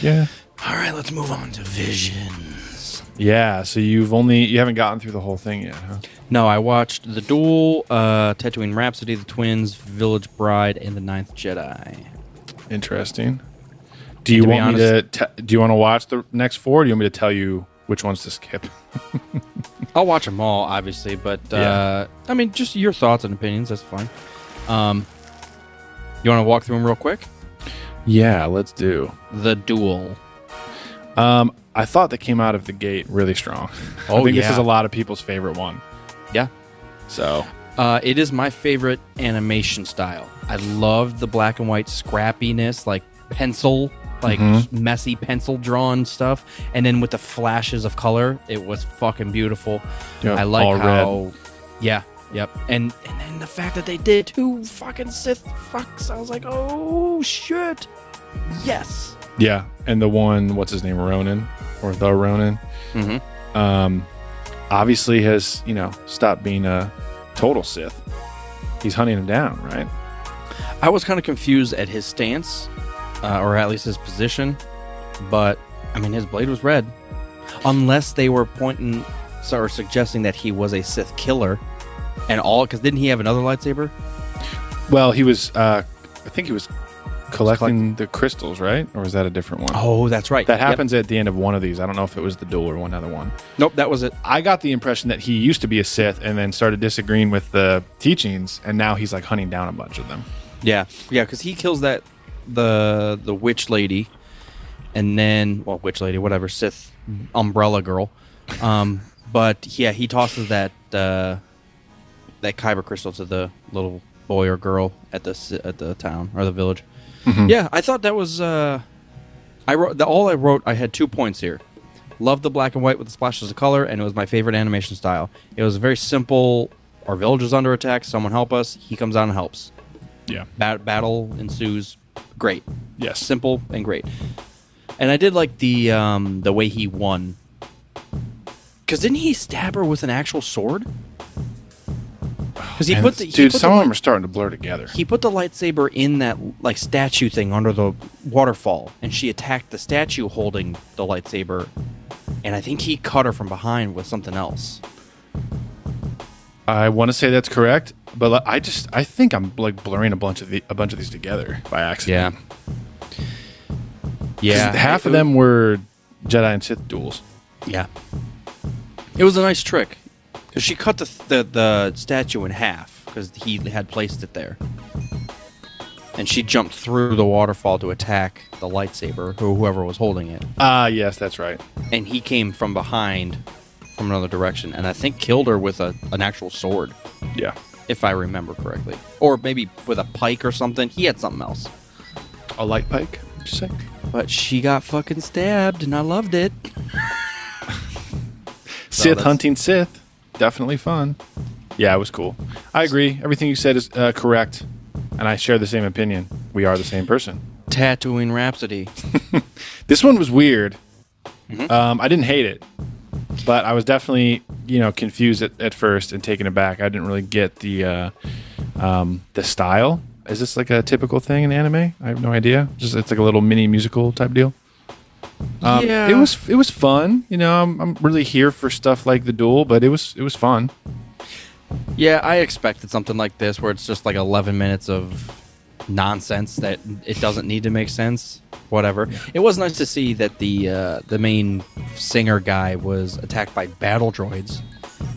Yeah. right, let's move on to Visions. Yeah. So you've only you haven't gotten through the whole thing yet, huh? No, I watched The Duel, uh, Tatooine Rhapsody, The Twins, Village Bride, and The Ninth Jedi. Interesting. Do you to be want me to? Te- do you want to watch the next four? Or do you want me to tell you which ones to skip? I'll watch them all, obviously, but uh, I mean, just your thoughts and opinions. That's fine. Um, you want to walk through them real quick? Yeah, let's do. The Duel. Um, I thought that came out of the gate really strong. (laughs) I Oh, think yeah. this is a lot of people's favorite one. Yeah. So Uh, it is my favorite animation style. I love the black and white scrappiness, like pencil, like just Mm-hmm. messy pencil drawn stuff, and then with the flashes of color, it was fucking beautiful. Yeah, I like all red. how, yeah, yep, and and then the fact that they did two fucking Sith fucks, I was like, oh shit, yes, yeah, and the one what's his name Ronan or the Ronan, Mhm. um, obviously has you know stopped being a total Sith. He's hunting him down, right? I was kind of confused at his stance, uh, or at least his position. But I mean, his blade was red, unless they were pointing so- or suggesting that he was a Sith killer, and all. Because didn't he have another lightsaber? Well, he was. Uh, I think he was collecting the crystals, right? Or was that a different one? Oh, that's right. That Yep. happens at the end of one of these. I don't know if it was the duel or one other one. Nope, that was it. I got the impression that he used to be a Sith and then started disagreeing with the teachings, and now he's like hunting down a bunch of them. Yeah, yeah, because he kills that the the witch lady, and then well, witch lady, whatever, Sith umbrella girl. Um, (laughs) but yeah, he tosses that uh, that kyber crystal to the little boy or girl at the ci- at the town or the village. Yeah, I thought that was. Uh, I wrote the, all I wrote. I had two points here. Love the black and white with the splashes of color, and it was my favorite animation style. It was very simple. Our village is under attack. Someone help us. He comes out and helps Yeah. bat- battle ensues. Great, Yes. simple and great. And I did like the um, the way he won. Cause didn't he stab her with an actual sword? Because he And put the he dude, put some the, of them are starting to blur together. he put the lightsaber in that like statue thing under the waterfall, and she attacked the statue holding the lightsaber. And I think he cut her from behind with something else. I want to say that's correct, but like, I just I think I'm like blurring a bunch of the, a bunch of these together by accident. 'Cause yeah. half of them were Jedi and Sith duels. Yeah. It was a nice trick. 'Cause she cut the, the, the statue in half because he had placed it there. And she jumped through the waterfall to attack the lightsaber, or whoever was holding it. Ah, yes, that's right. And he came from behind from another direction and I think killed her with a, an actual sword, Yeah. if I remember correctly. Or maybe with a pike or something. He had something else. A light pike. Just say. But she got fucking stabbed and I loved it. Sith that's- hunting Sith. Definitely fun. Yeah, it was cool. I agree. Everything you said is uh, correct, and I share the same opinion. We are the same person. Tatooine Rhapsody. This one was weird. Um, I didn't hate it, but I was definitely you know confused at, at first and taken aback. I didn't really get the uh, um, the style. Is this like a typical thing in anime? I have no idea. Just it's like a little mini musical type deal. Um, Yeah. It was it was fun. You know, I'm, I'm really here for stuff like the duel, but it was it was fun. Yeah, I expected something like this where it's just like 11 minutes of nonsense that it doesn't need to make sense. Whatever. It was nice to see that the uh, the main singer guy was attacked by battle droids,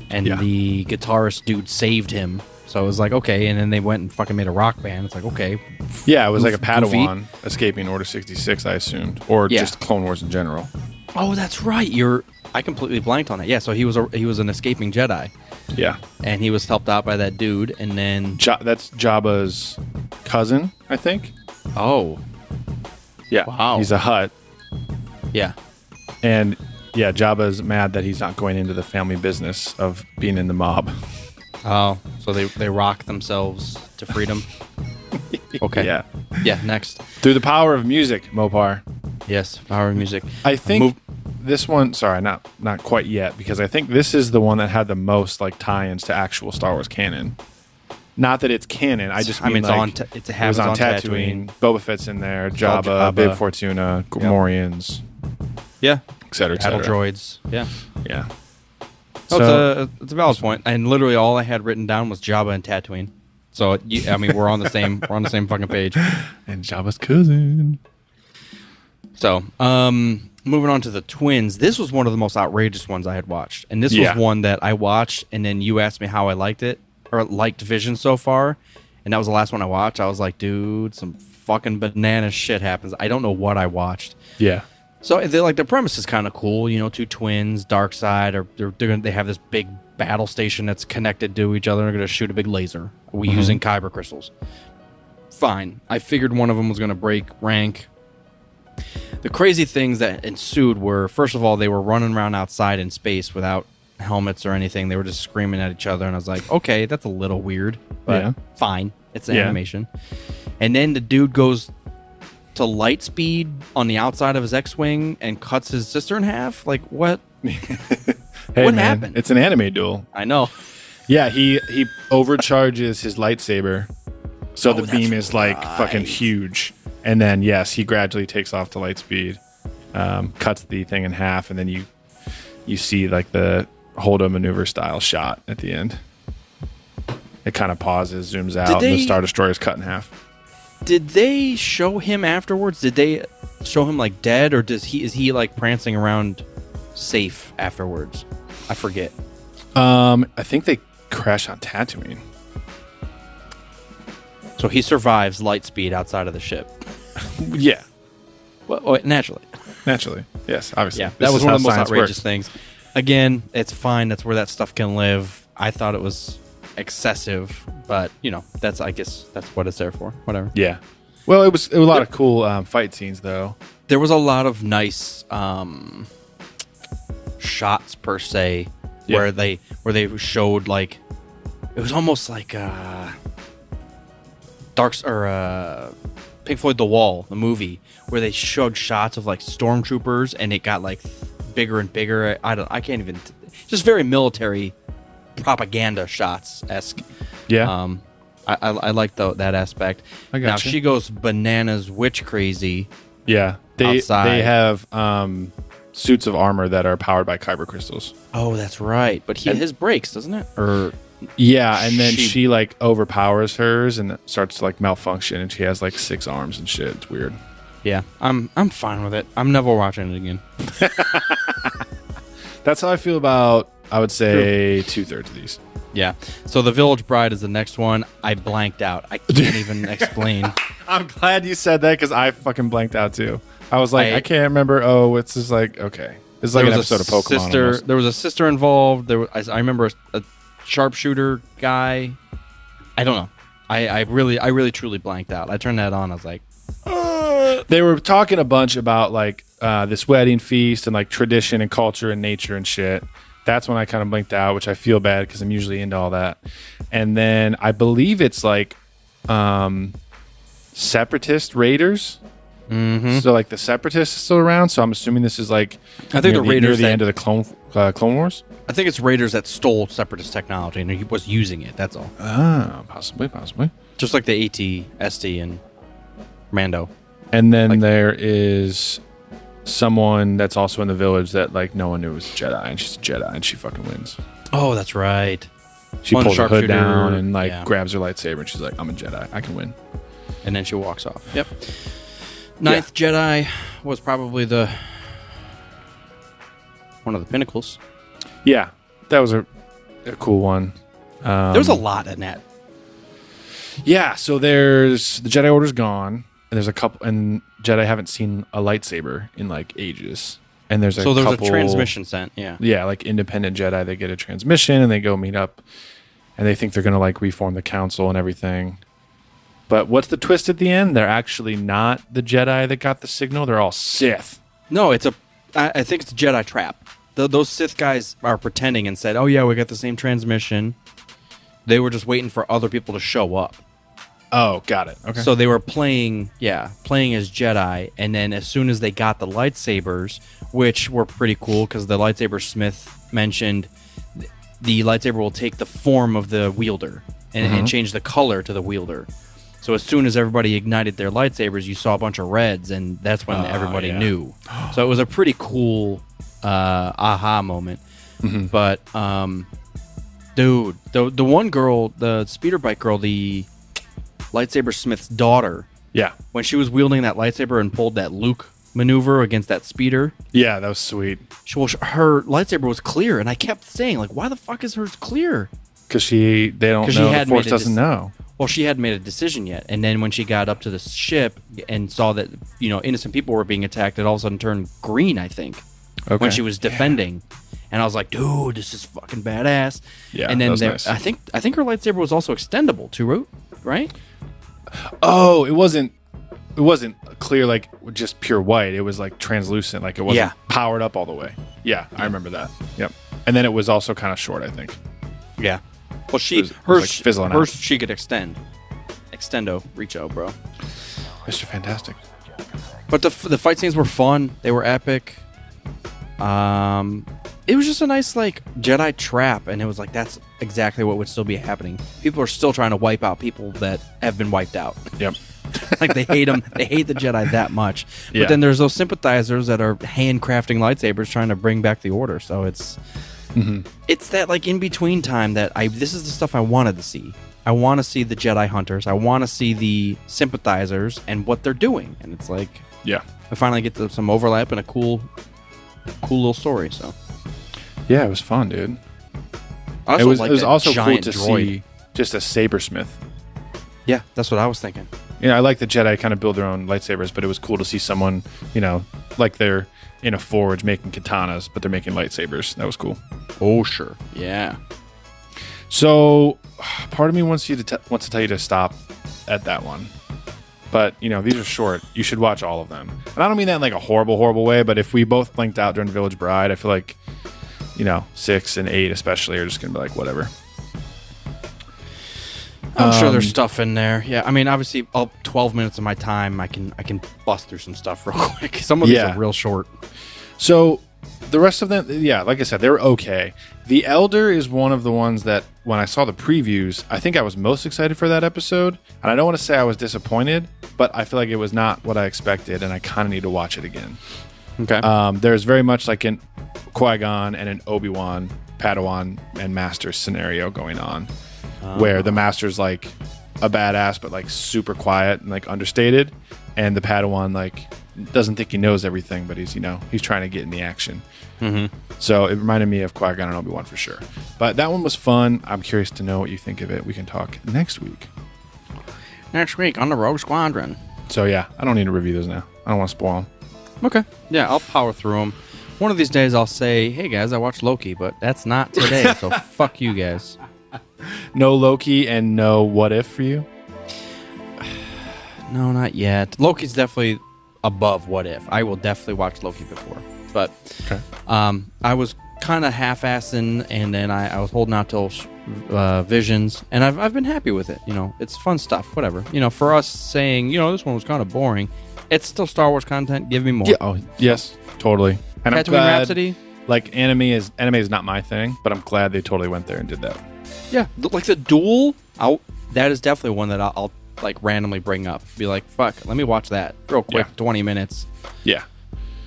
and Yeah. the guitarist dude saved him. So it was like okay, and then they went and fucking made a rock band. It's like okay, Yeah, it was like a Goofy. Padawan escaping Order 66, I assumed, or Yeah. just Clone Wars in general. oh that's right, you're. I completely blanked on that. Yeah, so he was a, he was an escaping Jedi, Yeah. and he was helped out by that dude, and then Ja- that's Jabba's cousin, I think. oh Yeah. Wow. He's a hut. yeah, And yeah, Jabba's mad that he's not going into the family business of being in the mob. Oh, so they they rock themselves to (laughs) freedom. okay. Yeah. Yeah. Next. Through the power of music, Mopar. Yes. Power of music. Uh, I think Move- this one, sorry, not not quite yet, because I think this is the one that had the most like tie-ins to actual Star Wars canon. Not that it's canon. I just I mean, mean, it's like, on Ta- it's a it was Habit's on on Tatooine. Boba Fett's in there. all Jabba, Jabba. Bib Fortuna, Yep. Gomorians, Yeah. et cetera, et Battle cetera. droids. Yeah. Yeah. Oh, So, So- it's, a, it's a valid point. And literally all I had written down was Jabba and Tatooine. So you, I mean, we're on the same we're on the same fucking page. And Jabba's cousin. So, um, moving on to the twins. This was one of the most outrageous ones I had watched, and this Yeah. was one that I watched, and then you asked me how I liked it or liked Vision so far, and that was the last one I watched. I was like, dude, some fucking banana shit happens. I don't know what I watched. Yeah. So they like the premise is kind of cool, you know, two twins, dark side, or they're, they're gonna, they have this big battle station that's connected to each other. They're gonna shoot a big laser. We using kyber crystals. Fine, I figured one of them was gonna break rank. The crazy things that ensued were, first of all, they were running around outside in space without helmets or anything. They were just screaming at each other, and I was like, okay, that's a little weird, but Yeah. fine, it's an Yeah. animation. And then the dude goes to light speed on the outside of his X-wing and cuts his sister in half. Like what? Hey, man, What happened? It's an anime duel. I know. (laughs) Yeah, he he overcharges his lightsaber, so the Oh, that's beam is like fucking right. huge. And then yes, he gradually takes off to light speed, um, cuts the thing in half, and then you you see like the Holdo maneuver style shot at the end. It kind of pauses, zooms out, and they- the Star Destroyer is cut in half. Did they show him afterwards? Did they show him like dead, or does he is he like prancing around safe afterwards? I forget. Um, I think they crash on Tatooine. So he survives light speed outside of the ship. Yeah, Well, oh, naturally. naturally. Yes, obviously. Yeah, This that was is one how of the most science outrageous works. things. Again, it's fine. That's where that stuff can live. I thought it was excessive, but you know, that's I guess that's what it's there for. Whatever. Yeah. Well, it was, it was a lot of cool um, fight scenes though. there was a lot of nice um, shots per se Yeah. where they where they showed like it was almost like uh dark or uh pink floyd the wall the movie where they showed shots of like stormtroopers and it got like bigger and bigger i don't i can't even just very military propaganda shots esque Yeah. um, I, I, I like tho- that aspect. I now gotcha. she goes bananas, witch crazy. Yeah, they outside. they have um, suits of armor that are powered by kyber crystals. Oh, that's right. But he his breaks, doesn't it? Or Yeah, and then She- she, like overpowers hers and it starts to like malfunction, and she has like six arms and shit. It's weird. yeah, I'm I'm fine with it. I'm never watching it again. That's how I feel about I would say two thirds of these. Yeah. So the Village Bride is the next one. I blanked out. I can't (laughs) even explain. I'm glad you said that because I fucking blanked out too. I was like, I- I, can't remember. Oh, it's just like okay, it's like an episode of Pokemon. sister. almost. There was a sister involved. There, was, I, I remember a, a sharpshooter guy. I don't know. I, I really, I really, truly blanked out. I turned that on. I was like, they were talking a bunch about like uh, this wedding feast and like tradition and culture and nature and shit. That's when I kind of blinked out, which I feel bad because I'm usually into all that. And then I believe it's like um, separatist raiders. Mm-hmm. So like the separatists are still around. So I'm assuming this is like I think near the near raiders the that- end of the clone uh, Clone Wars. I think it's Raiders that stole separatist technology and he was using it. That's all. Oh, Ah, possibly, possibly. Just like the AT, SD, and Mando. And then there is someone that's also in the village that like no one knew was a Jedi, and she's a Jedi, and she fucking wins. Oh, that's right. She One pulls her hood sharpshooter, down and like yeah. grabs her lightsaber and she's like, "I'm a Jedi. I can win." And then she walks off. Yep. Ninth Jedi was probably the one of the pinnacles. Yeah, that was a, a cool one. Um, there was a lot in that. Yeah, so there's the Jedi Order's gone, and there's a couple, and Jedi haven't seen a lightsaber in like ages. And there's a So there was couple- a transmission sent. Yeah. Yeah, like independent Jedi, they get a transmission and they go meet up, and they think they're gonna like reform the council and everything. But what's the twist at the end? They're actually not the Jedi that got the signal. They're all Sith. No, it's a. I, I think it's a Jedi trap. Th those Sith guys are pretending and said, "Oh yeah, we got the same transmission." They were just waiting for other people to show up. Oh, got it. Okay. So they were playing, yeah, playing as Jedi, and then as soon as they got the lightsabers, which were pretty cool because the lightsaber Smith mentioned, th- the lightsaber will take the form of the wielder. and, and changed the color to the wielder. So as soon as everybody ignited their lightsabers, you saw a bunch of reds, and that's when everybody knew. So it was a pretty cool uh, aha moment. But um, dude, the the one girl, the speeder bike girl, the lightsaber smith's daughter, Yeah. when she was wielding that lightsaber and pulled that Luke maneuver against that speeder, Yeah, that was sweet. she, well, sh- her lightsaber was clear, and I kept saying, like, why the fuck is hers clear? Because she, they don't 'Cause she know. The had Force made a doesn't dec- know. Well, she hadn't made a decision yet, and then when she got up to the ship and saw that you know innocent people were being attacked, it all of a sudden turned green. I think Okay. when she was defending, and I was like, dude, this is fucking badass. Yeah, and that then was there, nice. I think I think her lightsaber was also extendable too, ro- right? Oh, it wasn't. It wasn't clear like just pure white. It was like translucent. Like it wasn't Yeah. powered up all the way. Yeah, I remember that. Yep. And then it was also kind of short. I think. Yeah. Well, she It was- it was, hers like, fizzling hers out. she could extend, extendo, reach out, bro. Mr. Fantastic. But the f- the fight scenes were fun. They were epic. Um, it was just a nice like Jedi trap, and it was like that's exactly what would still be happening. People are still trying to wipe out people that have been wiped out. Yep. like they hate them. They hate the Jedi that much. Yeah. But then there's those sympathizers that are handcrafting lightsabers, trying to bring back the order. So it's Mm-hmm. it's that like in between time that I this is the stuff I wanted to see. I want to see the Jedi hunters. I want to see the sympathizers and what they're doing. And it's like Yeah. I finally get to some overlap and a cool, cool little story. So Yeah, it was fun, dude. I also it was. like it was that also cool giant to droid. see just a sabersmith. Yeah, that's what I was thinking. You know, I like the Jedi kind of build their own lightsabers, but it was cool to see someone, you know, like they're in a forge making katanas, but they're making lightsabers. That was cool. Oh sure, yeah. So, (sighs) part of me wants you to t- wants to tell you to stop at that one, but you know these are short. You should watch all of them, and I don't mean that in like a horrible, horrible way. But if we both blinked out during Village Bride, I feel like you know six and eight especially are just gonna be like whatever. I'm sure there's stuff in there. Yeah, I mean, obviously, all 12 minutes of my time, I can I can bust through some stuff (laughs) real quick. Some of Yeah. these are real short. So the rest of them, yeah, like I said, they're okay. The Elder is one of the ones that when I saw the previews, I think I was most excited for that episode. And I don't want to say I was disappointed, but I feel like it was not what I expected, and I kind of need to watch it again. Okay. Uh, Um, there's very much like an Qui Gon and an Obi Wan, Padawan and Master scenario going on, where the Master's like a badass but like super quiet and like understated, and the Padawan like doesn't think he knows everything, but he's you know he's trying to get in the action. So it reminded me of Qui Gon and Obi Wan for sure. But that one was fun. I'm curious to know what you think of it. We can talk next week. Next week on the Rogue Squadron. So yeah, I don't need to review those now. I don't want to spoil them. Okay. Yeah, I'll power through them. One of these days, I'll say, "Hey guys, I watched Loki," but that's not today. (laughs) so fuck you guys. No Loki and no What If for you. No, not yet. Loki's definitely above what if. I will definitely watch Loki before. But um, I was kind of half-assing, and then I, I was holding out till uh, Visions, and I've, I've been happy with it. You know, it's fun stuff, whatever. You know, for us saying, you know, this one was kind of boring, it's still Star Wars content. Give me more. Yeah. Oh, yes, totally. And Tatooine Rhapsody? Like anime is anime is not my thing, but I'm glad they totally went there and did that. Yeah, th- like the duel. I'll, that is definitely one that I'll, I'll like randomly bring up. Be like, fuck, let me watch that real quick. Yeah. Twenty minutes, Yeah.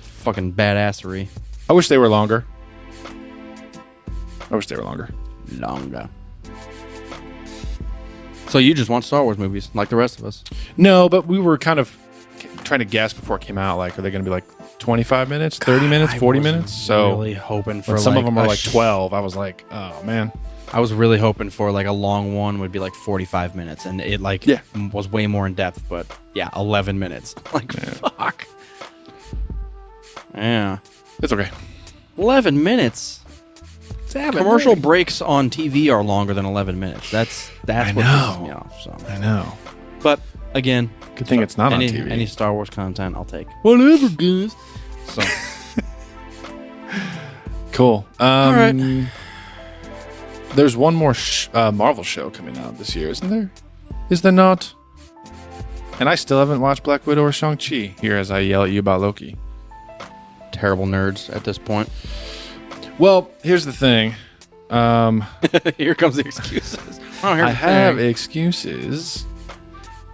fucking badassery, I wish they were longer. I wish they were longer. longer. So you just want Star Wars movies like the rest of us? No, but we were kind of c- trying to guess before it came out. Like, are they going to be like 25 minutes, 30 minutes, 40 minutes? So really hoping for when some like, of them are a like sh- 12. I was like, oh man. I was really hoping for like a long one would be like forty-five minutes, and it like Yeah. m- was way more in depth. But yeah, eleven minutes. (laughs) Like fuck. Yeah, It's okay. eleven minutes. commercial breaks on TV are longer than 11 minutes. That's that's I what pisses know. me off. So, I know. but again, Good thing it's not any, on TV. any Star Wars content, I'll take. Whatever, guys. So, Cool. Um, All right. There's one more sh- uh, Marvel show coming out this year, isn't there? Is there not? And I still haven't watched Black Widow or Shang Chi. Here, as I yell at you about Loki. terrible nerds at this (laughs) point. Well, here's the thing. Um, Here comes the excuses. Oh, here's I the have thing. excuses.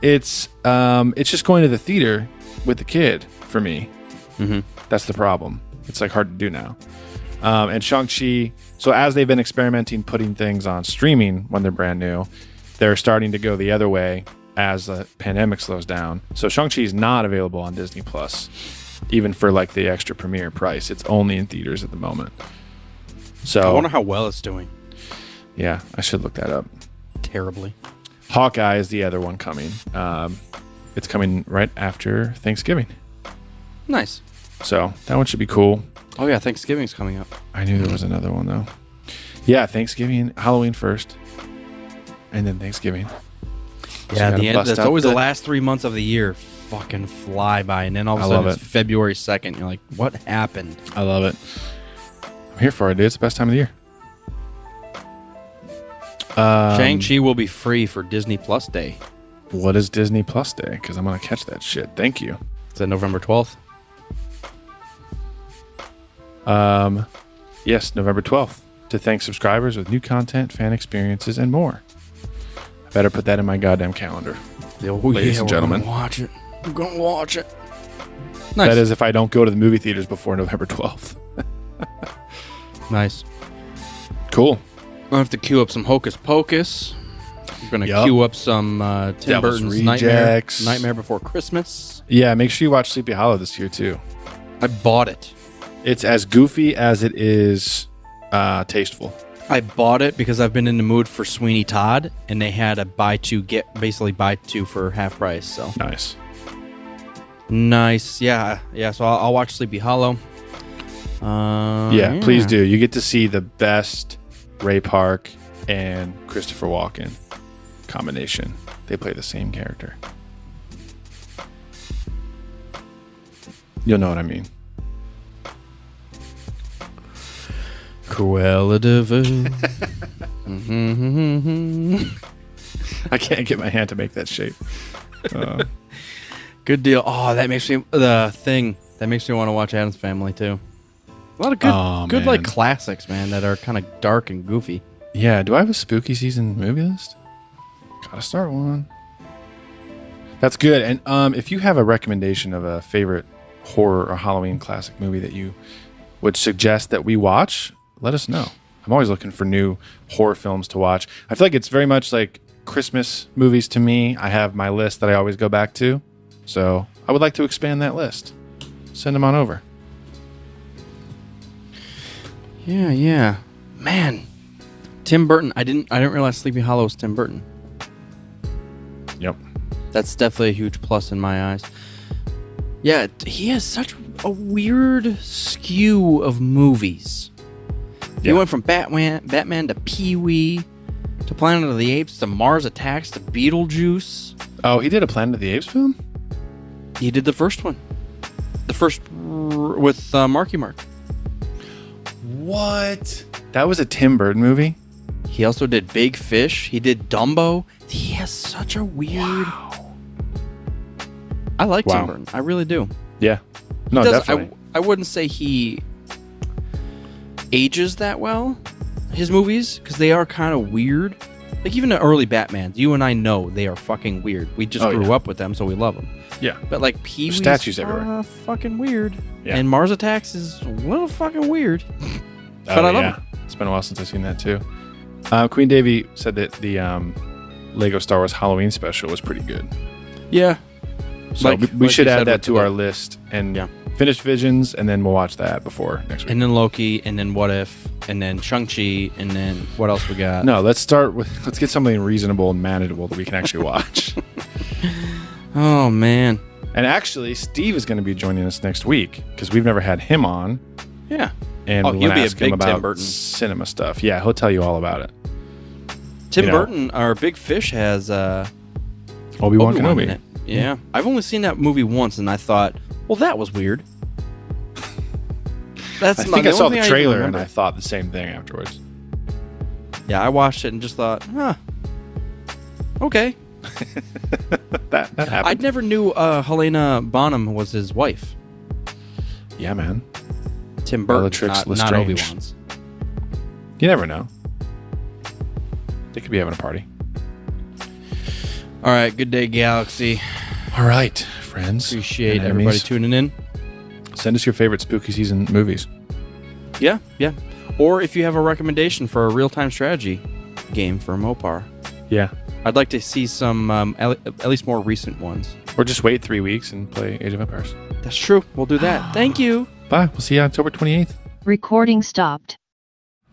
It's um, it's just going to the theater with the kid for me. That's the problem. It's like hard to do now. Um, and Shang Chi. So as they've been experimenting putting things on streaming when they're brand new, they're starting to go the other way as the pandemic slows down. So Shang Chi is not available on Disney Plus, even for like the extra premiere price. It's only in theaters at the moment. So I wonder how well it's doing. yeah, I should look that up. Terribly. Hawkeye is the other one coming. Um, it's coming right after Thanksgiving. Nice. So that one should be cool. Oh yeah, Thanksgiving's coming up. I knew there was another one though. Yeah, Thanksgiving, Halloween first, and then Thanksgiving. Yeah, gotta the end. bust That's out always the the- last three months of the year. Fucking fly by, and then all of a I sudden love it's it. February second. You're like, what happened? I love it. I'm here for it, dude. It's the best time of the year. Um, Shang Chi will be free for Disney Plus Day. What is Disney Plus Day? Because I'm gonna catch that shit. Thank you. Is that November twelfth? Yes, November 12th to thank subscribers with new content, fan experiences, and more. I better put that in my goddamn calendar. Ladies and gentlemen. watch it. We're gonna watch it. Nice. That is if I don't go to the movie theaters before November 12th. nice. Cool. I'm gonna have to queue up some Hocus Pocus. I'm gonna Yup. queue up some uh, Tim Devil's Burton's Rejects. Nightmare, Nightmare Before Christmas. Yeah, make sure you watch Sleepy Hollow this year too. I bought it. It's as goofy as it is uh, tasteful. I bought it because I've been in the mood for Sweeney Todd, and they had a buy two get basically buy two for half price. So Nice. nice, yeah, yeah. So I'll, I'll watch Sleepy Hollow. Uh, yeah, please do. You get to see the best Ray Park and Christopher Walken combination. They play the same character. You'll know what I mean. (laughs) Cruella de Vil. (laughs) I can't get my hand to make that shape. Good deal. Oh, that makes me the thing that makes me want to watch Adam's Family too. A lot of good, Oh, good like man. classics, man, that are kind of dark and goofy. Yeah, do I have a spooky season movie list? Gotta start one. That's good. And um, if you have a recommendation of a favorite horror or Halloween classic movie that you would suggest that we watch, let us know. I'm always looking for new horror films to watch. I feel like it's very much like Christmas movies to me. I have my list that I always go back to. So I would like to expand that list. Send them on over. Yeah, yeah, man. Tim Burton. I didn't. I didn't realize Sleepy Hollow was Tim Burton. Yep. That's definitely a huge plus in my eyes. Yeah, t- he has such a weird skew of movies. He Yeah. went from Batman, Batman to Pee Wee, to Planet of the Apes, to Mars Attacks, to Beetlejuice. Oh, he did a Planet of the Apes film? He did the first one. The first r- with uh, Marky Mark. What? That was a Tim Burton movie? He also did Big Fish. He did Dumbo. He has such a weird. I like Wow. Tim Burton. I really do. Yeah. No, Does- definitely. I, I wouldn't say he ages that well. His movies because they are kind of weird. Like even the early Batman, you and I know they are fucking weird. We just Oh, grew yeah. up with them, so we love them. yeah. But like Pee Wee's statues everywhere. uh, fucking weird. Yeah. And Mars Attacks is a little fucking weird. but I love it. Oh, It's been a while since I've seen that too. Uh, Queen Davy said that the um, Lego Star Wars Halloween special was pretty good. Yeah. So Like- we, we like should you add said that with to the- our list and Yeah. finish Visions, and then we'll watch that before next week. And then Loki, and then What If, and then Shang-Chi, and then what else we got? no, let's start with let's get something reasonable and manageable that we can (laughs) actually watch. Oh man. and actually, Steve is going to be joining us next week because we've never had him on, Yeah. and Oh, we he'll want to be a ask him big Tim about Burton. cinema stuff. Yeah, he'll tell you all about it. Tim You know. Burton, our Big Fish, has uh, Obi Wan Obi-Wan Kenobi. in it. Yeah. I've only seen that movie once, and I thought, well, that was weird. That's I not- think I only saw thing the even trailer and I remember. thought the same thing afterwards. yeah, I watched it and just thought, huh, okay. That that I happened. never knew uh, Helena Bonham was his wife. yeah, man. Tim Burton, Bellatrix not, not Lestrange. Obi Wan's. You never know. They could be having a party. All right. Good day, Galaxy. All right, friends. Appreciate and everybody enemies. tuning in. Send us your favorite spooky season movies. Yeah, yeah. Or if you have a recommendation for a real time strategy game for Mopar, Yeah. I'd like to see some, um, at at least more recent ones. Or just wait three weeks and play Age of Empires. That's true. We'll do that. Thank you. Bye. We'll see you October 28th. Recording stopped.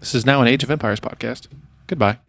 This is now an Age of Empires podcast. Goodbye.